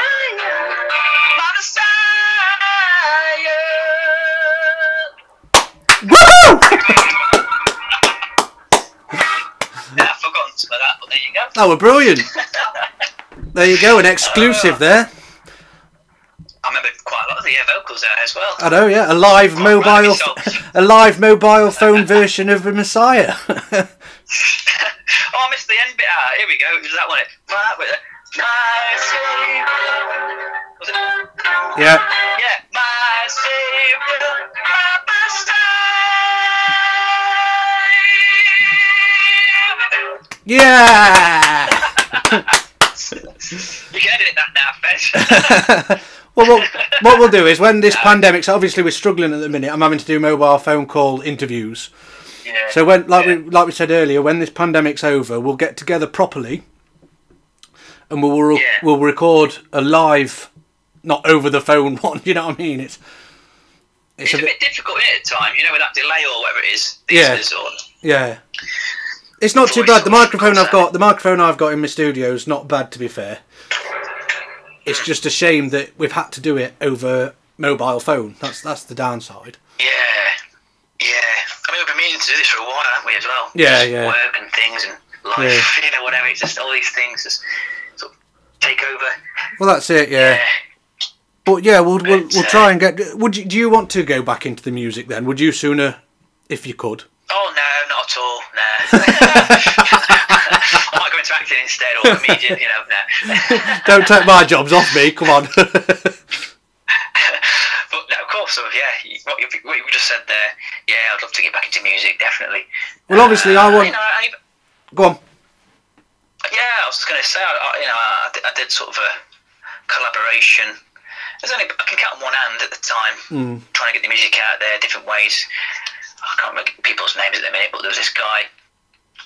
messiah. My messiah. Yeah, I've forgotten some of that, but there you go. That were brilliant. There you go, an exclusive there. I remember quite a lot of the uh, vocals there as well. I know, yeah, a live Quite proud mobile, of myself. a live mobile phone version of the Messiah. oh, I missed the end bit. Ah, here we go. It was that one. It- My- wait, uh, My Savior. Was it? yeah, Yeah, my savior, my messiah. yeah. Well, what, what we'll do is when this pandemic's obviously we're struggling at the minute. I'm having to do mobile phone call interviews. Yeah. So when, like yeah. we like we said earlier, when this pandemic's over, we'll get together properly, and we'll we'll, Yeah. we'll record a live, not over the phone one. You know what I mean? It's it's it's a a bit bit difficult isn't it, at the time, you know, with that delay or whatever it is. Yeah. listeners Or, yeah. It's not too Voice bad. The or microphone I've contact. got, the microphone I've got in my studio is not bad. To be fair, it's just a shame that we've had to do it over mobile phone. That's that's the downside. yeah. Yeah. I mean, we've been meaning to do this for a while, haven't we, as well? Yeah, Just yeah. Work and things and life, you know, whatever. It's just all these things just sort of take over. Well, that's it. Yeah. Yeah. But yeah, we'll we'll, But, we'll uh, try and get. Would you, do you want to go back into the music then? Would you sooner, if you could? Oh no, not at all. No. I might go into acting instead or comedian. You know, no. Don't take my jobs off me. Come on. But no, of course, so, yeah. you- What you, what you just said there. Yeah, I'd love to get back into music, definitely. well, obviously, I You want. know, I, Go on. yeah, I was just gonna say, I, I- you know, I, did- I did sort of a collaboration. There's only I can count on one hand at the time, trying to get the music out there different ways. I can't remember people's names at the minute, but there was this guy.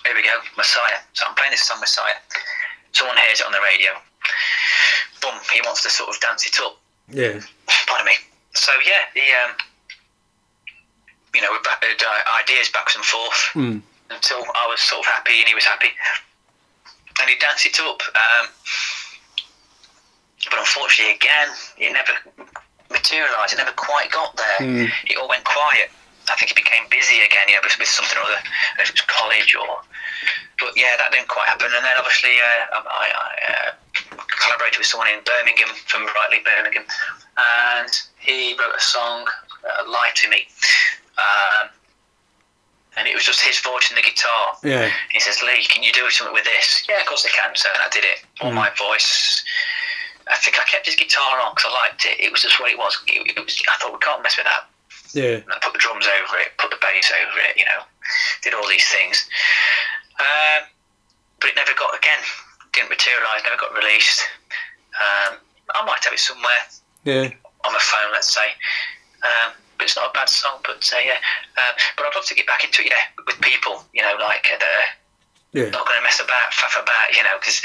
Here we go, Messiah. So I'm playing this song, Messiah. Someone hears it on the radio. Boom! He wants to sort of dance it up. Yeah. Pardon me. So yeah, the um, you know, we ba- uh, ideas backs and forth until I was sort of happy and he was happy, and he danced it up. Um, but unfortunately, again, it never materialised. It never quite got there. It all went quiet. I think it became busy again, you know, with, with something or other, if it was college or. But yeah, that didn't quite happen. And then obviously, uh, I, I uh, collaborated with someone in Birmingham from Rightly Birmingham, and he wrote a song, uh, "Lie to Me," um, and it was just his voice and the guitar. Yeah. He says, Lee, can you do something with this? Yeah, of course I can. So and I did it. All my voice. I think I kept his guitar on because I liked it. It was just what it was. It, it was. I thought we can't mess with that. Yeah. And I put the drums over it, put the bass over it. You know, did all these things. Um, but it never got again. Didn't materialise. Never got released. Um, I might have it somewhere Yeah. on my phone, let's say. Um, but it's not a bad song, but uh, yeah. Um, but I'd love to get back into it, yeah, with people. You know, like uh, the Yeah. not going to mess about, faff about, you know, because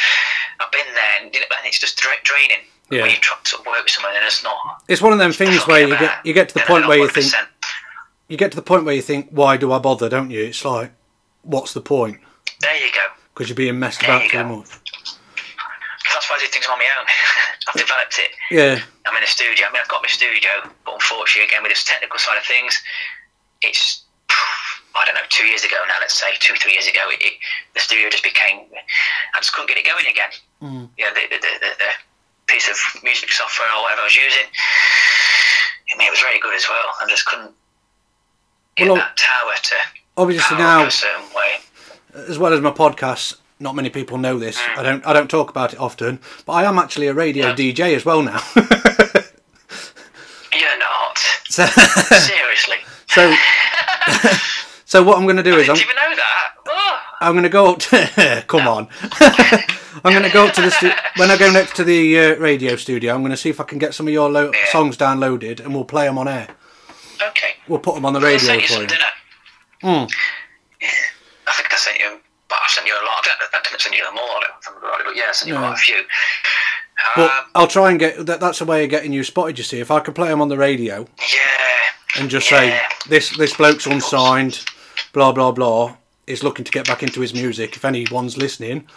I've been there and, and it's just dra- draining. Yeah. When you try to work with someone and it's not. It's one of them things where you get you get to the point where you think you get to the point where you think why do I bother? Don't you? It's like what's the point? There you go. Because you're being messed There about you too go. much. That's why I do things on my own. I've developed it. Yeah. I'm in a studio. I mean, I've got my studio, but unfortunately, again, with this technical side of things, it's I don't know. Two years ago now, let's say two, three years ago, it, it, the studio just became. I just couldn't get it going again. You know, the the, the, the the piece of music software or whatever I was using. I mean, it was very good as well. I just couldn't get Well, that tower to Obviously power up now, a certain way. as well as my podcasts, not many people know this. Mm. I don't I don't talk about it often, but I am actually a radio DJ as well now. You're not so, seriously. so, so what I'm going to do I is didn't I'm, even know that. Oh, I'm going to go up to. come on. I'm going to go up to the. Stu- when I go next to the uh, radio studio, I'm going to see if I can get some of your lo- Yeah. songs downloaded and we'll play them on air. okay. We'll put them on the I radio sent you for some, you. didn't I? Hmm. I think I sent you, but I sent you a lot. I didn't, I didn't send you them all, I don't remember rightly, but yeah, I sent you No. quite a few. But Um, I'll try and get. That, that's a way of getting you spotted, you see. If I can play them on the radio yeah. and just Yeah. say, this, this bloke's unsigned, blah, blah, blah, is looking to get back into his music. If anyone's listening,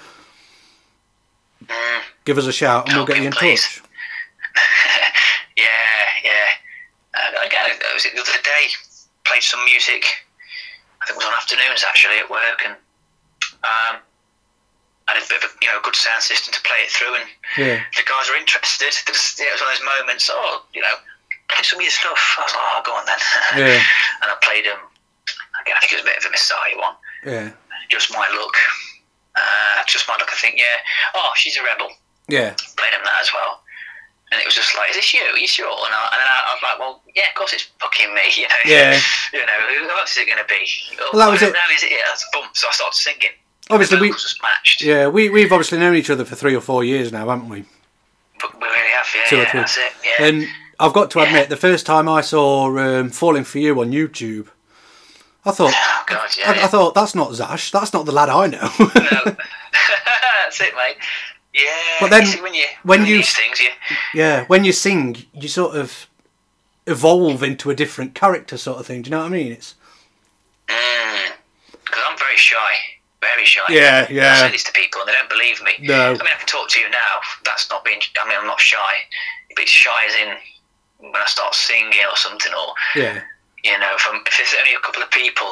give us a shout and we'll get Okay, you in Mm. please. touch. Yeah, yeah. Uh, again, it was the other day. Played some music. I think it was on afternoons actually at work, and um, I had a bit of a, you know good sound system to play it through, and Yeah. the guys were interested. It was, yeah, it was one of those moments. Oh, you know, play some of your stuff. I was like, oh, go on then. Yeah. and I played them. Again, I think it was a bit of a Messiah one. Yeah. Just my look. Uh, just my look. I think yeah. Oh, she's a rebel Yeah. played him that as well. And it was just like, is this you? Are you sure? And, I, and then I, I was like, well, yeah, of course it's fucking me, you know. Yeah. you know, who else is it going to be? Oh, Well, that was I don't it. know, is it? Yeah, that's boom. So I started singing. Obviously, the we- vocals was matched. Yeah, we, we've obviously known each other for three or four years now, haven't we? but we really have. Yeah, two yeah or three. that's it. Yeah. And I've got to admit, the first time I saw um, "Falling for You" on YouTube, I thought, oh God, yeah. I, I thought that's not Zash. That's not the lad I know. No. that's it, mate. Yeah. But then you see, when you when you you- these things, you yeah, when you sing, you sort of evolve into a different character, sort of thing. Do you know what I mean? It's because I'm very shy, very shy. Yeah, yeah. I say this to people and they don't believe me. No. I mean, I can talk to you now. That's not being. I mean, I'm not shy, but it's shy as in when I start singing or something, or yeah, you know, from if there's only a couple of people,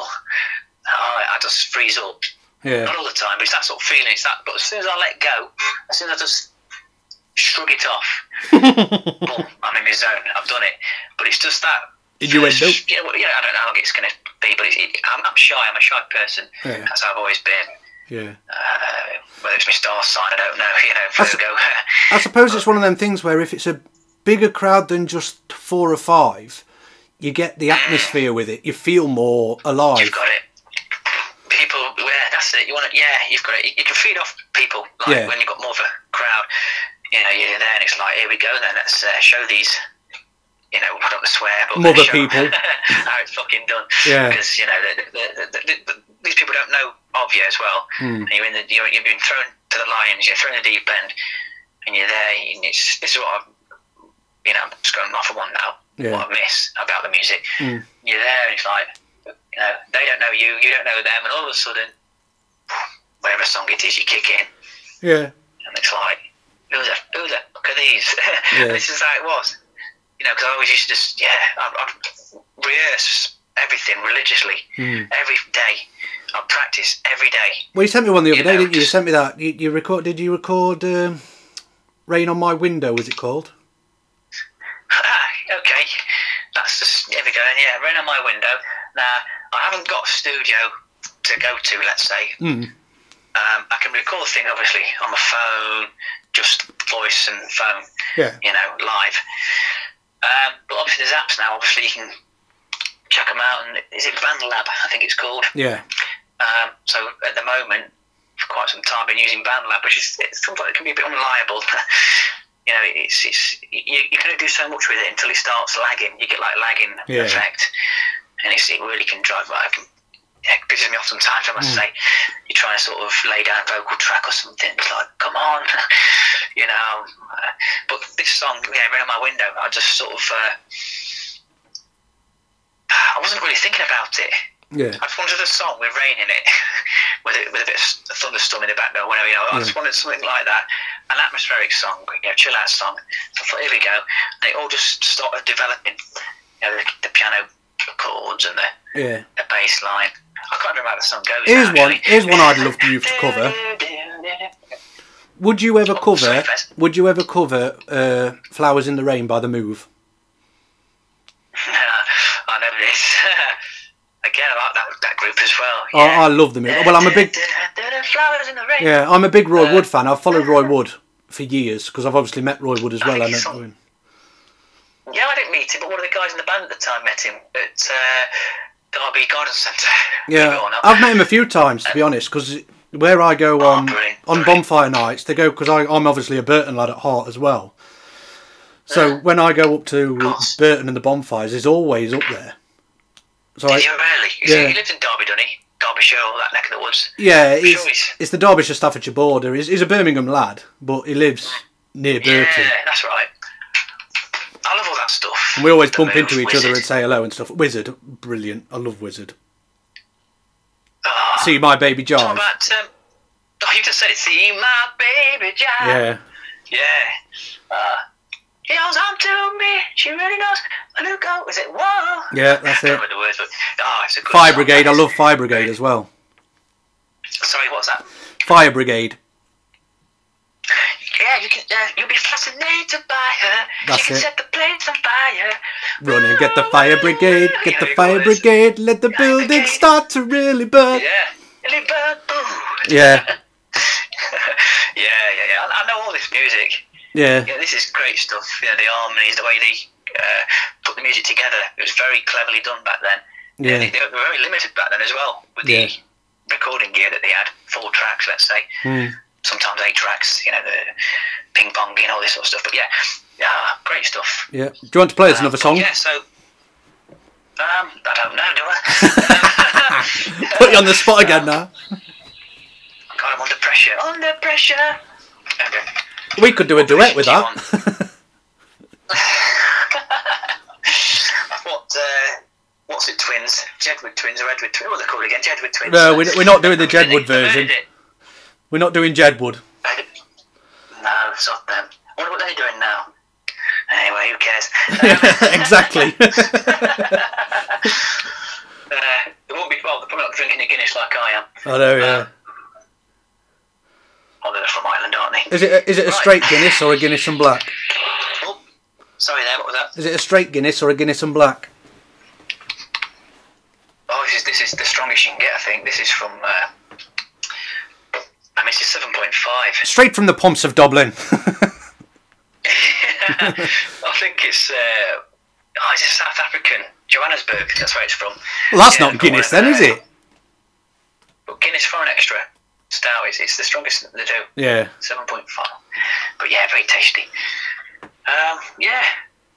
I, I just freeze up. yeah, Not all the time, but it's that sort of feeling. It's that. But as soon as I let go, as soon as I just shrug it off, boom, I'm in my zone. I've done it. But it's just that. Innuendo. first- You know, what- you know, I don't know how long it's going to be, but it, it, I'm, I'm shy. I'm a shy person. Yeah. That's how I've always been. yeah. Uh, whether it's my star sign, I don't know. You know, Virgo. I suppose it's one of them things where if it's a bigger crowd than just four or five, you get the atmosphere with it. You feel more alive. you've got it. People, yeah, that's it. You want to, yeah, you've got it. You, you can feed off people. Like Yeah. when you've got more of a crowd, you know, you're there and it's like, here we go then. Let's uh, show these. You know, I don't want to swear, but Mother let's show people. how it's fucking done. Yeah. Because you know, the, the, the, the, the, these people don't know of you as well. Hmm. And you're in the, you're, you've been thrown to the lions. You're thrown in the deep end, and you're there. And it's this is what I've, you know, I'm just going off of one now. Yeah. Hmm. What I miss about the music. You're there, and it's like, you know, they don't know you, you don't know them, and all of a sudden, whatever song it is, you kick in, Yeah, and it's like, who the, who the fuck are these? Yeah. this is how it was. You know, because I always used to just, yeah, I'd, I'd rehearse everything religiously Hmm. every day. I'd practice every day. Well, you sent me one the other You day, know, didn't you? You just- sent me that. You, you record? Did you record um, "Rain on My Window"? Was it called? Ah, okay, that's just there we go. And yeah, rain on my window. Now I haven't got a studio to go to. Let's say um, I can record thing obviously on my phone, just voice and phone. Yeah. You know, live. Um, but obviously there's apps now. Obviously you can check them out. And is it Bandlab? I think it's called. Yeah, Um, so at the moment, for quite some time, I've been using BandLab, which is it's sometimes it can be a bit unreliable. you know, it's it's you, you can only do so much with it until it starts lagging. You get like lagging Yeah. effect, and it's, it really can drive. I can, yeah, it pisses me off sometimes. I must say, you try and sort of lay down a vocal track or something. It's like, come on, you know. uh, But this song, yeah, right on my window. I just sort of, uh, I wasn't really thinking about it. yeah, I just wanted a song with rain in it, with a, with a bit of thunderstorm in the background, whatever. You know, I just wanted something like that, an atmospheric song, you know, chill out song. So I thought, here we go, and it all just started developing. You know, the, the piano chords and the, yeah. the bass line. I can't remember how the song goes. Here's now, one. actually. Here's one I'd love you to cover. Would you ever cover? sorry, Fez. Would you ever cover uh, "Flowers in the Rain" by The Move? I know this. Again, I like that, that group as well. Oh, I love The Move. Well, I'm a big Flowers in the rain. yeah, I'm a big Roy Wood fan. I've followed Roy Wood for years because I've obviously met Roy Wood as well. I think know so. him. Yeah, I didn't meet him, but one of the guys in the band at the time met him at uh, Derby Garden Centre. believe Yeah, Oh, it or not. I've met him a few times to be honest, because where I go on Oh, brilliant, on brilliant. bonfire nights, they go because I'm obviously a Burton lad at heart as well. So when I go up to Uh, course. Burton and the bonfires, he's always up there. So Did you I, really? You Yeah. see, he lives in Derby, doesn't he? Derbyshire, all that neck of the woods. yeah, it's, sure he's- it's the Derbyshire Staffordshire border. He's, he's a Birmingham lad, but he lives near Burton. Yeah, that's right. I love all that stuff. We always The bump Move, into each other Wizard. and say hello and stuff. Wizard, brilliant. I love Wizard. Ah. See my baby What Jarve. about, um, oh, you just said it. See my baby Jack. Yeah, Yeah. Uh, he holds on to me. She really knows. I look out. Is it whoa? yeah, that's I it. can't remember the words, but oh, it's a good Fire song, Brigade. I that is. love Fire Brigade as well. Sorry, what's that? Fire Brigade. Yeah, you can. Uh, you'll be fascinated by her. That's she can it. set the place on fire. Run and get the fire brigade, get the Yeah, fire it was. brigade, let the building brigade. start to really burn. Yeah. Liverpool. Yeah, yeah, yeah, yeah. I, I know all this music. yeah, Yeah, this is great stuff. You know, the harmonies, the way they uh, put the music together. It was very cleverly done back then. Yeah. They, they were very limited back then as well with Yeah. Hmm. the recording gear that they had. Four tracks, let's say. Some sometimes eight tracks, you know, the ping ponging, all this sort of stuff. But yeah, yeah, great stuff. Yeah. Do you want to play us Um, another but song? Yeah, so. Um, I don't know, do I? Put you on the spot again now. I'm kind of under pressure. Under pressure! Okay. We could do a duet with that. What, uh, what's it, twins? Jedwood twins or Edward twins? What are they called again? Jedwood twins. No, we're- we're not doing the I've heard Jedwood it, I've heard version. We're not doing Jedwood. it. No, it's not them. I wonder what they're doing now. Anyway, who cares? exactly. Uh, it won't be, well, they're probably not drinking a Guinness like I am. I know. Yeah. Although Oh, they're from Ireland, aren't they? Is it a, is it a straight Guinness or a Guinness and black? Oh, sorry there, what was that? Is it a straight Guinness or a Guinness and black? Oh, this is, this is the strongest you can get, I think. This is from, uh, I mean, this is 7.5. Straight from the pumps of Dublin. I think it's uh, oh, it's a South African Johannesburg. That's where it's from. Well, that's Yeah, not Guinness but then, is whatever. it? But Guinness for an extra stout is it's the strongest that they do. Yeah. Seven point five. But yeah, very tasty. Um, yeah.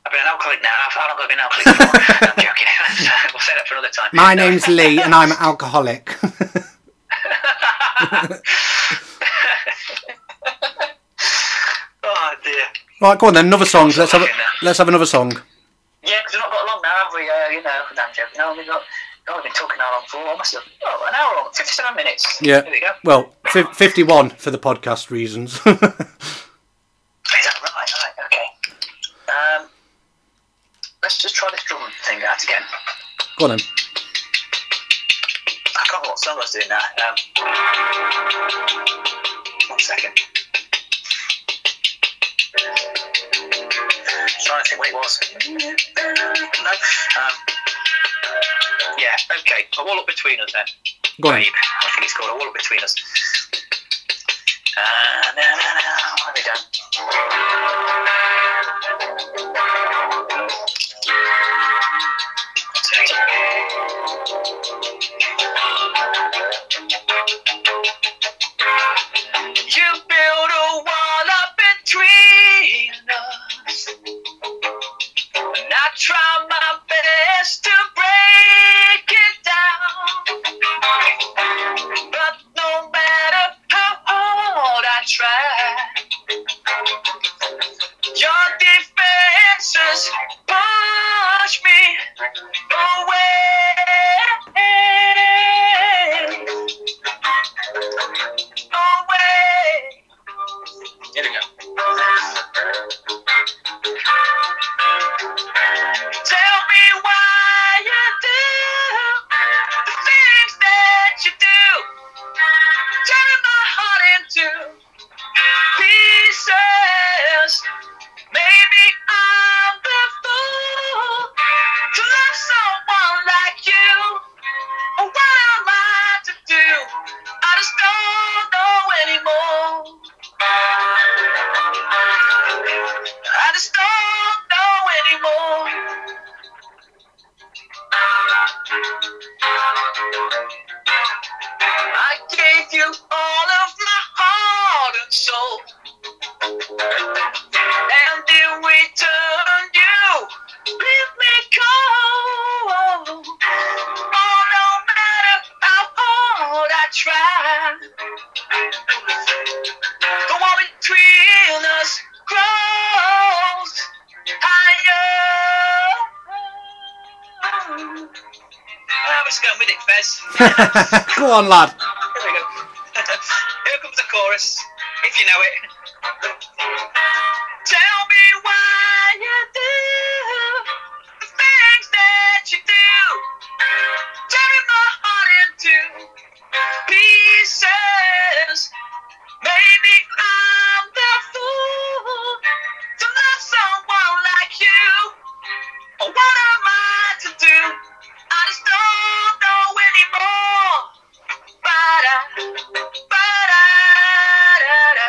I've been an alcoholic now. I've, I've not been an alcoholic before. I'm joking. we'll say that for another time. My name's Lee and I'm an alcoholic. Oh dear. right, go on then. Another song. Let's have a, let's have another song. Yeah, 'cause we've not got long now, have we? Uh, you know, no, I'm joking. No, we've got. God, we've been talking how long for? I must have. Oh, an hour, on- fifty-seven minutes. Yeah. There we go. Well, fi 51 for the podcast reasons. Is that right? Right, okay. Um, let's just try this drum thing out again. go on then. I can't remember what song I was doing now. Um, one second. trying to think what it was. No. Um, yeah, okay. A wall up between us then. Go on. Babe, I think it's called A Wall Up Between Us. Ah, na, na, na, what have we done? You build a wall up between us, and I try my best to break it down. But no matter how hard I try, your defenses push me away. Away. Here we go. Tell me why you do the things that you do, turning my heart into pieces. Maybe I'm the fool to love someone like you. Or what am I to do? I just don't know anymore. I just don't know anymore. I gave you all of my heart and soul, and in return, you leave me cold. Oh, no matter how hard I try. The wall between us grows higher. I'm just Ah, going with it, Fez. go on, lad. Here we go. Here comes the chorus, if you know it. Tell me why you do the things that you do, tearing my heart into pieces. Maybe I'm the fool to love someone like you. Or what am I to do? I just don't know anymore. Ba-da, ba-da-da-da.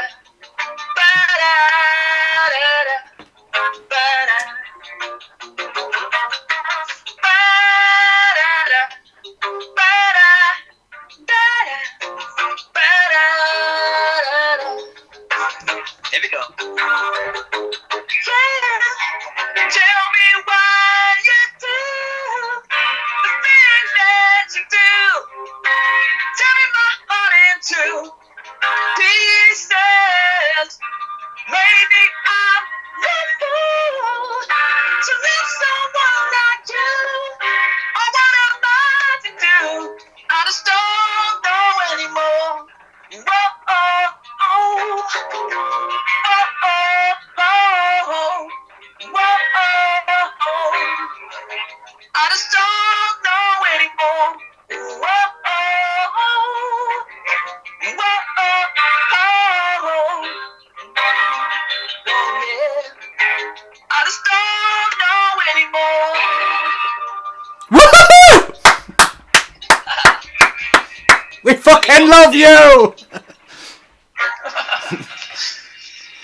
fucking love you!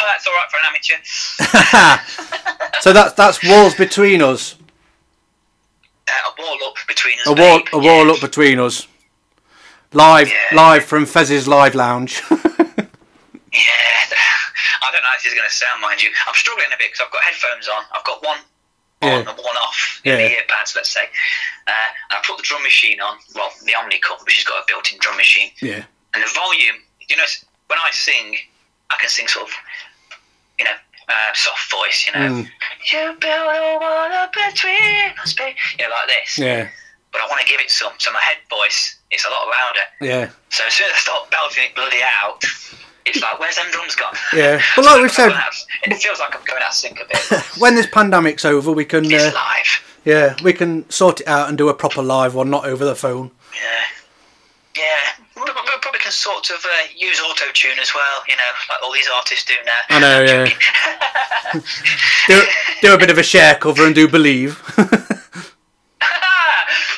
Oh, that's all right for an amateur. so that's that's walls between us. Uh, a wall up between us. A wall, babe. a Yeah. wall up between us. Live, Yeah. live from Fez's live lounge. Yeah, I don't know how this is going to sound, mind you. I'm struggling a bit because I've got headphones on. I've got one on Yeah. and one off, Yeah. yeah. the earpads, let's say. Uh, and I put the drum machine on, well, the Omnicut, which has got a built-in drum machine. yeah, And the volume, you know, s- when I sing, I can sing sort of, you know, uh, soft voice, you know. Mm. You build a wall up between us, babe. You know, like this. yeah, But I want to give it some, so my head voice is a lot louder. yeah, So as soon as I start belting it bloody out, it's like, where's them drums gone? yeah. But like we've I'm said, going out- it feels like I'm going out of sync a bit. when this pandemic's over, we can, It's uh, live. yeah, we can sort it out and do a proper live one, not over the phone. Yeah. Yeah. We we- we probably can sort of uh, use auto tune as well, you know, like all these artists do now. I know, yeah. do, do a bit of a share cover and do believe.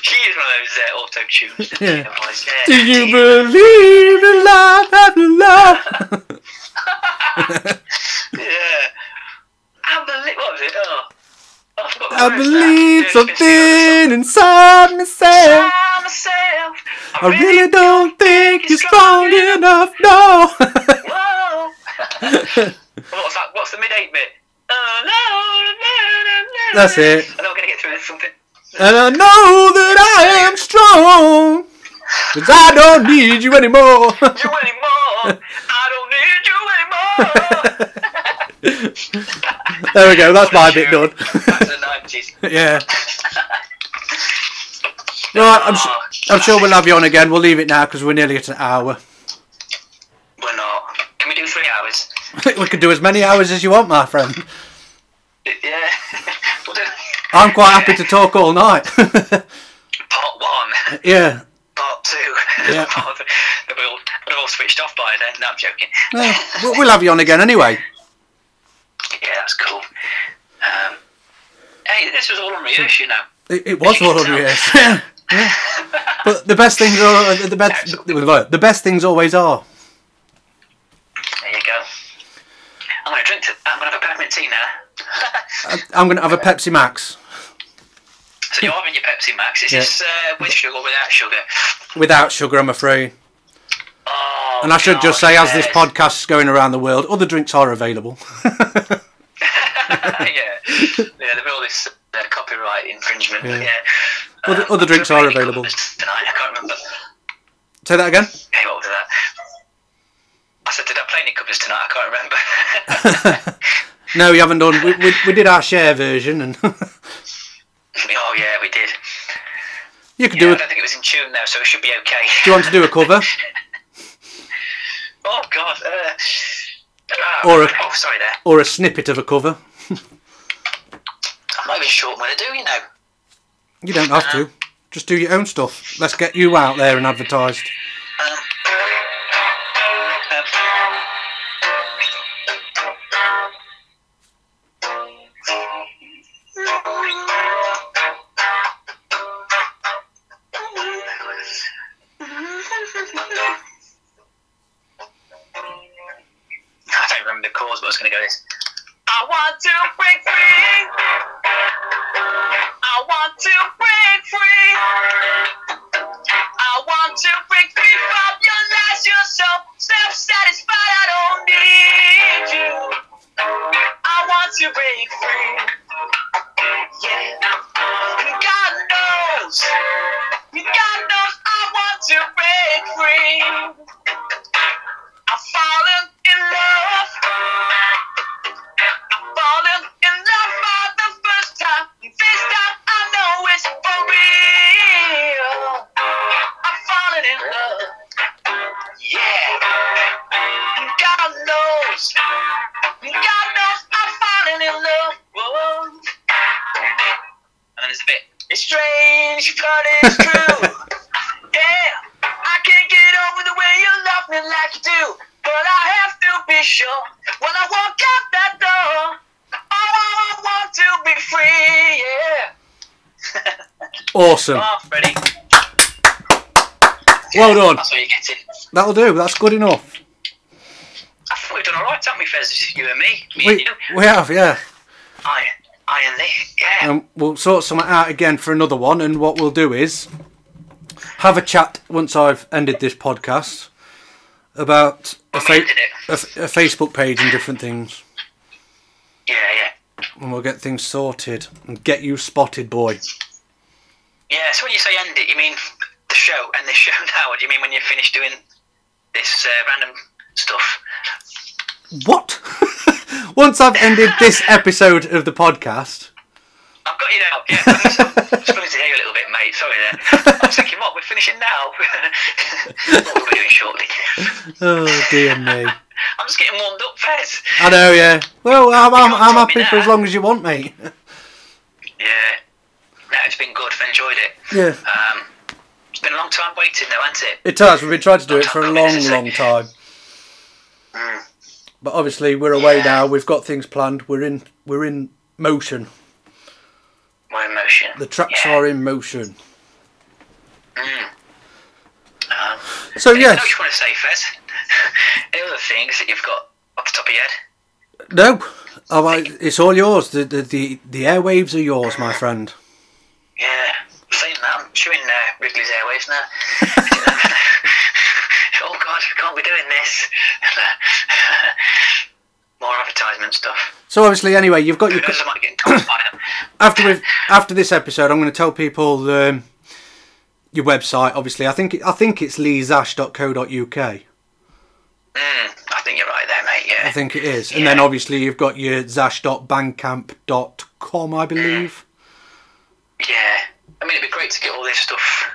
she is one of those uh, auto tunes. Yeah. Yeah. Do you believe in love and love? Yeah. I believe. What was it? Oh. I forgot the I words now. believe Yeah, it's been singing something inside myself. all the song. By myself. I I really really don't think you're strong enough, no. Whoa. what's that? What's the mid eight bit? Oh, no, no, no, no, no. That's it. I know we're gonna get through this something. and I know that I am strong. Cause I don't need you anymore. You anymore? I don't need you anymore. there we go, that's my bit done. That's the nineties. yeah. Right, I'm, su- I'm sure we'll have you on again. We'll leave it now because we're nearly at an hour. We're not. Can we do three hours? we could do as many hours as you want, my friend. Yeah. we'll do I'm quite happy to talk all night. part one, yeah. part two. Yeah. Part three. They'll be all, they're all switched off by then. No, I'm joking. Yeah, we'll we'll have you on again anyway. Yeah, that's cool. Um, hey, this was all on rehearse, you know. It, it was all over years. yeah. But the best things are the best. The best things always are. There you go. I'm gonna drink to that. I'm gonna have a peppermint tea now. I'm gonna have a Pepsi Max so you're having your Pepsi Max. Is this uh, with sugar or without sugar? without sugar, I'm afraid. Oh, And I should just God, say, as this yes. podcast's going around the world, other drinks are available. Uh, yeah, yeah, there'll be all this uh, copyright infringement. Yeah. yeah. Other- Um, other drinks I'm are drinking available. colours Tonight, I can't remember. Say that again. Hey, what was that? I said, did I play any covers tonight? I can't remember. No, we haven't done. We, we, we did our share version, and oh yeah, we did. you could Yeah, do. I A, don't think it was in tune though, so it should be okay. do you want to do a cover? Oh god. Uh, Or or a- oh, sorry there. or a snippet of a cover. I'm not even sure what to do. You know. You don't have to. Just do your own stuff. Let's get you out there and advertised. Um, um, I don't remember the chords, but I was going to go this. I want to break free. I want to break free. I want to break free from your lies. You're so self-satisfied. I don't need you. I want to break free. Yeah. And God knows. God knows I want to break free. I've fallen in love. I've fallen in love for the first time. This time I know it's for real. I've fallen in love. Yeah. And God knows. God knows I've fallen in love. Whoa. And it's a bit. It's strange, but it's true. Yeah, I can't get over the way you love me like you do. But I have to be sure when I walk out that door. Oh, I want to be free, yeah. Awesome. Oh, Freddie, Well done. that's what you get it. That'll do. That's good enough. I thought we've done all right, haven't we, Fez? You and me, me and We, you. we have, yeah. I, I and they. Yeah. Um, we'll sort something out again for another one. And what we'll do is have a chat once I've ended this podcast about a, When we fa- ended it. a f- a Facebook page and different things. yeah, yeah, And we'll get things sorted and get you spotted, boy. yeah. So when you say end it, you mean the show and this show now, or do you mean when you finish doing this uh, random stuff? What? once I've ended this episode of the podcast, I've got you now. Yeah, thanks. Struggling to hear you a little bit, mate. Sorry there. I was thinking, what? We're finishing now. what we'll be doing shortly. oh dear me. I'm just getting warmed up, Fez. I know, yeah. Well, I'm, I'm, can't I'm stop me happy for now. as long as you want, mate. Yeah. No, it's been good. I've enjoyed it. Yeah. Um, it's been a long time waiting, though, hasn't it? It has. We've been trying to do it for a long, long time. But obviously, we're away Yeah. now. We've got things planned. We're in. We're in motion. My emotion. The tracks yeah. Mm. are in motion. Um, So Anything else yes. you want to say, Fez? Any other things that you've got off the top of your head? No. Oh, I, it's all yours. The, the the the airwaves are yours, my friend. Yeah, saying that, I'm chewing uh, Wrigley's Airways now. oh God, we can't be doing this. More advertisement stuff. So obviously, anyway, you've got your. Who knows, I might get caught by them. after we've after this episode, I'm going to tell people um, your website. Obviously, I think it, I think it's leezash.co.uk. Mm, I think you're right there, mate, yeah. I think it is. And then obviously you've got your zash.bandcamp.com, I believe. Yeah. I mean, it'd be great to get all this stuff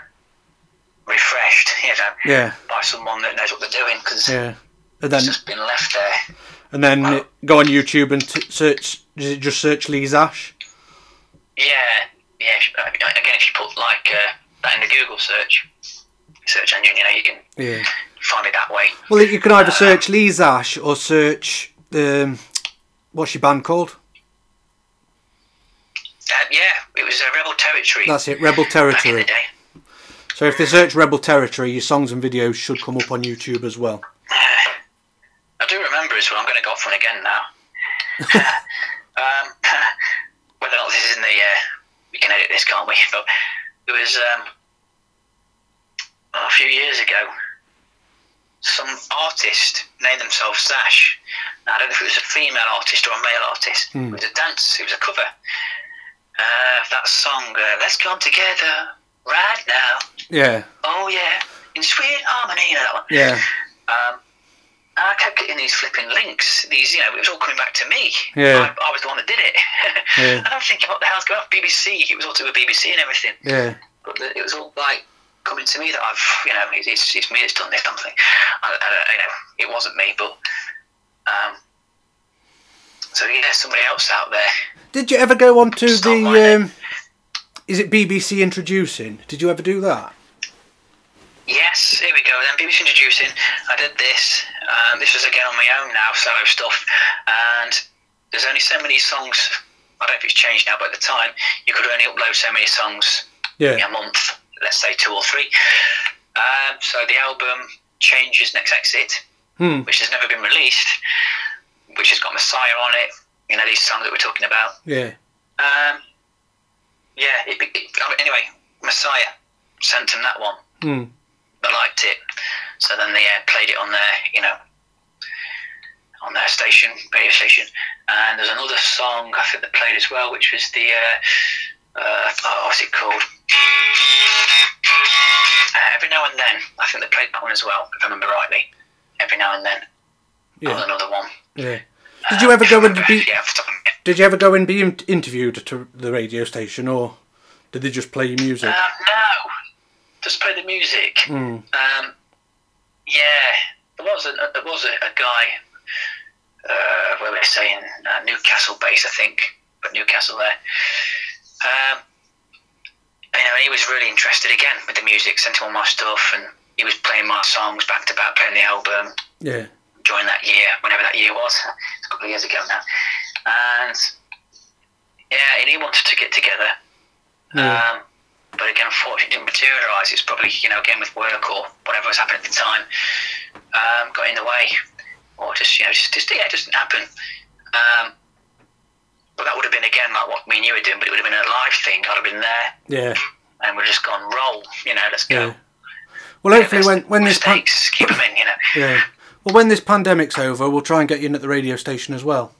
refreshed, you know, Yeah, by someone that knows what they're doing, because yeah. And then it's just been left there. and then go on YouTube and t- search. Is it just search Lee Zash? Yeah, yeah. if- Again, if you put like uh, that in the Google search search engine, you know, you can Yeah. find it that way. Well, you can either search Lee Zash or search um, what's your band called? Uh, yeah, it was a Rebel Territory That's it, Rebel back in the Territory. day. So if they search Rebel Territory, your songs and videos should come up on YouTube as well. I do remember as well. I'm going to go off one again now. um, whether or not this is in the, uh, we can edit this, can't we? But it was um, a few years ago. Some artist named themselves Sash. Now, I don't know if it was a female artist or a male artist. It was a dance. It was a cover. Uh, of that song, uh, "Let's Come Together Right Now." Yeah, Oh yeah, in sweet harmony. You know that one. yeah, Um, and I kept getting these flipping links. These, you know, it was all coming back to me. Yeah. I, I was the one that did it. Yeah. and I'm thinking, what the hell's going on? BBC. It was all to do with BBC and everything. yeah. But the, it was all like coming to me that I've, you know, it's, it's, it's me that's done this. I'm thinking, I, I, don't- you know, it wasn't me, but. Um, so yeah, somebody else out there. Did you ever go on to Stop like the? it. Um, is it BBC introducing? Did you ever do that? Yes, here we go. Then BBC introducing. I did this. Um, this was again on my own now, solo stuff. And there's only so many songs. I don't know if it's changed now, but at the time you could only upload so many songs a month. Let's say two or three. Um, so the album changes next exit, Hmm. which has never been released, which has got Messiah on it. You know these songs that we're talking about. Yeah. Um, yeah. It, it, it- anyway, Messiah sent him that one. Hmm. I liked it. So then they uh, played it on their, you know, on their station, radio station. And there's another song I think they played as well, which was the, uh, uh, oh, what's it called? Uh, Every now and then, I think they played that one as well, if I remember rightly. Every now and then, Yeah. another one. Yeah. Did you ever go and be? Yeah, off the top of my head. Did you ever go and be in- interviewed to the radio station, or did they just play your music? Uh, no, just play the music. Um, yeah, there was a there was a, a guy. Uh, where we're saying uh, Newcastle base, I think, but Newcastle there. Um, you know, he was really interested again with the music. Sent him all my stuff, and he was playing my songs back to back, playing the album Yeah. during that year, whenever that year was, it's a couple of years ago now. And yeah, and he wanted to get together. Yeah. Um, but again, unfortunately, it didn't materialise. It's probably you know again with work or whatever was happening at the time um, got in the way, or just you know just, just yeah, it doesn't happen. Um, but that would have been again like what me and you were doing, but it would have been a live thing. I'd have been there, Yeah. and we'd have just gone roll. You know, let's Yeah. go. Well, hopefully, There's when when this pan- mistakes, keep them in. You know. yeah, well, when this pandemic's over, we'll try and get you in at the radio station as well.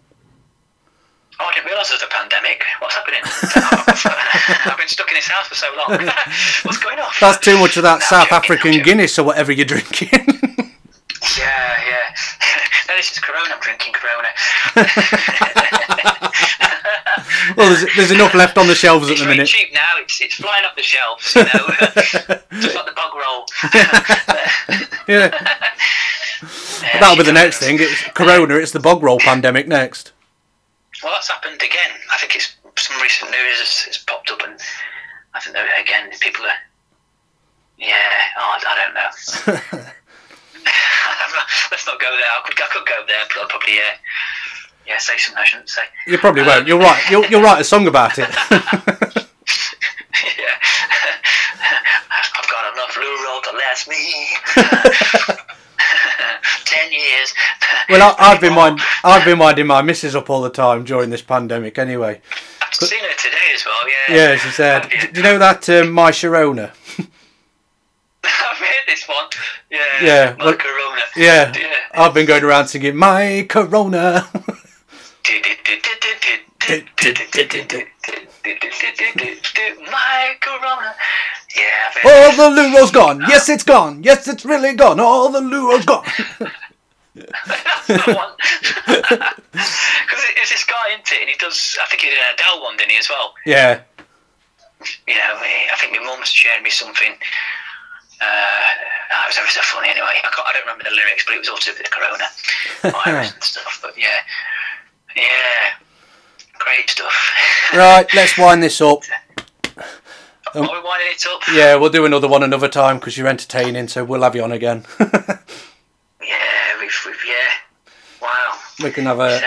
Oh, I didn't realise there was a pandemic. What's happening? I've been stuck in this house for so long. What's going on? That's too much of that No, I'm South joking, I'm African joking. Guinness or whatever you're drinking. Yeah, yeah. no, this is Corona. I'm drinking Corona. well, there's, there's enough left on the shelves at It's the very minute. cheap now. It's it's flying off the shelves. You know, just like the bog roll. Yeah, Yeah, that'll be the she- next thing. It's Corona. It's the bog roll pandemic next. Well, that's happened again. I think it's some recent news has, has popped up, and I think that, again people are. Yeah, oh, I, I don't know. I'm not- Let's not go there. I could, I could go there, but I'll probably yeah, yeah, say something I shouldn't say. You probably won't. You're right. You'll, you'll write a song about it. yeah, I've got enough blue roll to last me ten years. Well, I, I've been wind, I've been winding my missus up all the time during this pandemic. Anyway, I've seen her today as well. Yeah. yeah, she said. Have you? "D- Do you know that um, my Sharona? I've heard this one. Yeah. Yeah, My well- Corona. Yeah, Yeah. I've been going around singing my Corona. My corona. Yeah, but all the luro's gone. Yes, it's gone. Yes, it's really gone. All the luro's gone. that's Oh. the one. Because it's this guy, isn't it? And he does, I think he did an Adele one, didn't he, as well? yeah, You know, I think my mum's shared me something. Uh, no, it was ever so funny anyway. I, can't, I don't remember the lyrics, but it was all to do with corona virus and stuff. But yeah, yeah, great stuff. right. Let's wind this up. Are we winding it up? Yeah, we'll do another one another time because you're entertaining. So we'll have you on again. Yeah, we've, we've yeah. Wow. we can have a, So,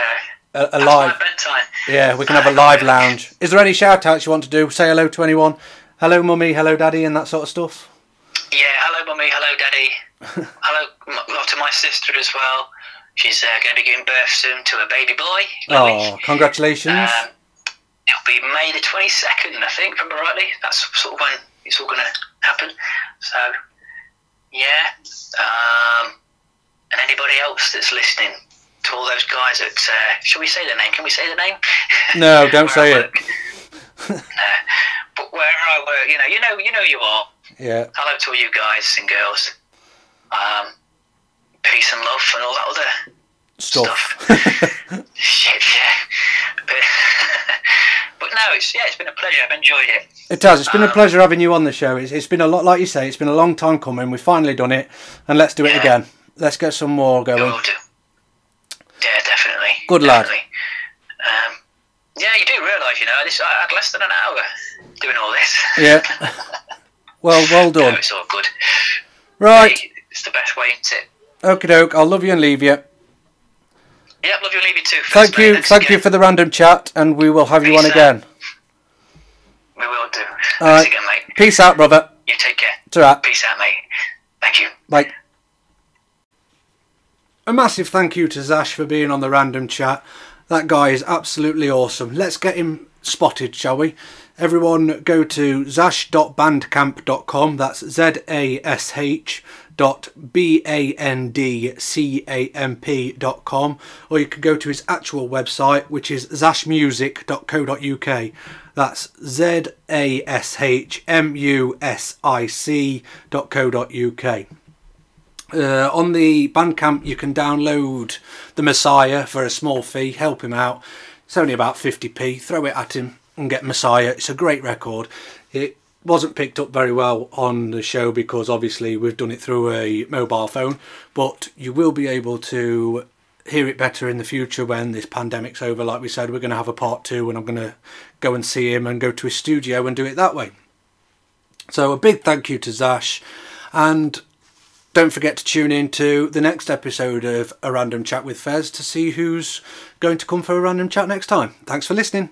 a, a that's live. my bedtime. Yeah, we can have a live lounge. Is there any shout outs you want to do? Say hello to anyone. Hello, mummy. Hello, daddy, and that sort of stuff. Yeah, hello, mummy. Hello, daddy. hello m- well, to my sister as well. She's uh, going to be giving birth soon to a baby boy. Louis. Oh, congratulations. Um, it'll be May the 22nd, I think, if I remember rightly. That's sort of when it's all going to happen. So, yeah. Um, and anybody else that's listening to all those guys at, uh, shall we say the name? Can we say the name? No, don't Where I say it. work. no, but where I work, you know, you know, you know, you are. Yeah, Hello to all you guys and girls. Um, peace and love and all that other stuff. shit. Yeah. But, but no, it's yeah, it's been a pleasure. I've enjoyed it. It has. It's been Um, a pleasure having you on the show. It's, it's been a lot, like you say, it's been a long time coming. We've finally done it, and let's do it Yeah. again. Let's get some more I going. will do. Yeah, definitely. Good lad. definitely. Um, yeah, you do realise, you know, this I had less than an hour doing all this. Yeah. Well, well No, done. it's all good. Right. It's the best way, isn't it? Okie doke. I'll love you and leave you. Yeah, love you, leave you too. Thank Thanks, mate. you. Thanks Thank you again. for the random chat, and we will have you on Peace out. again. We will do. Thanks right. again, mate. Peace out, brother. You take care. Ta-ra. Peace out, mate. Thank you. Like a massive thank you to Zash for being on the random chat. That guy is absolutely awesome. Let's get him spotted, shall we? Everyone go to zash.bandcamp.com. That's Z A S H dot B A N D C A M P dot com. Or you can go to his actual website, which is zashmusic.co.uk. That's Z A S H M U S I C dot co dot UK. Uh, on the Bandcamp, you can download The Messiah for a small fee. Help him out. It's only about 50p. Throw it at him and get Messiah. It's a great record. It wasn't picked up very well on the show because obviously we've done it through a mobile phone, but you will be able to hear it better in the future when this pandemic's over. Like we said, we're going to have a part two and I'm going to go and see him and go to his studio and do it that way. So a big thank you to Zash and don't forget to tune in to the next episode of A Random Chat with Fez to see who's going to come for a random chat next time. Thanks for listening.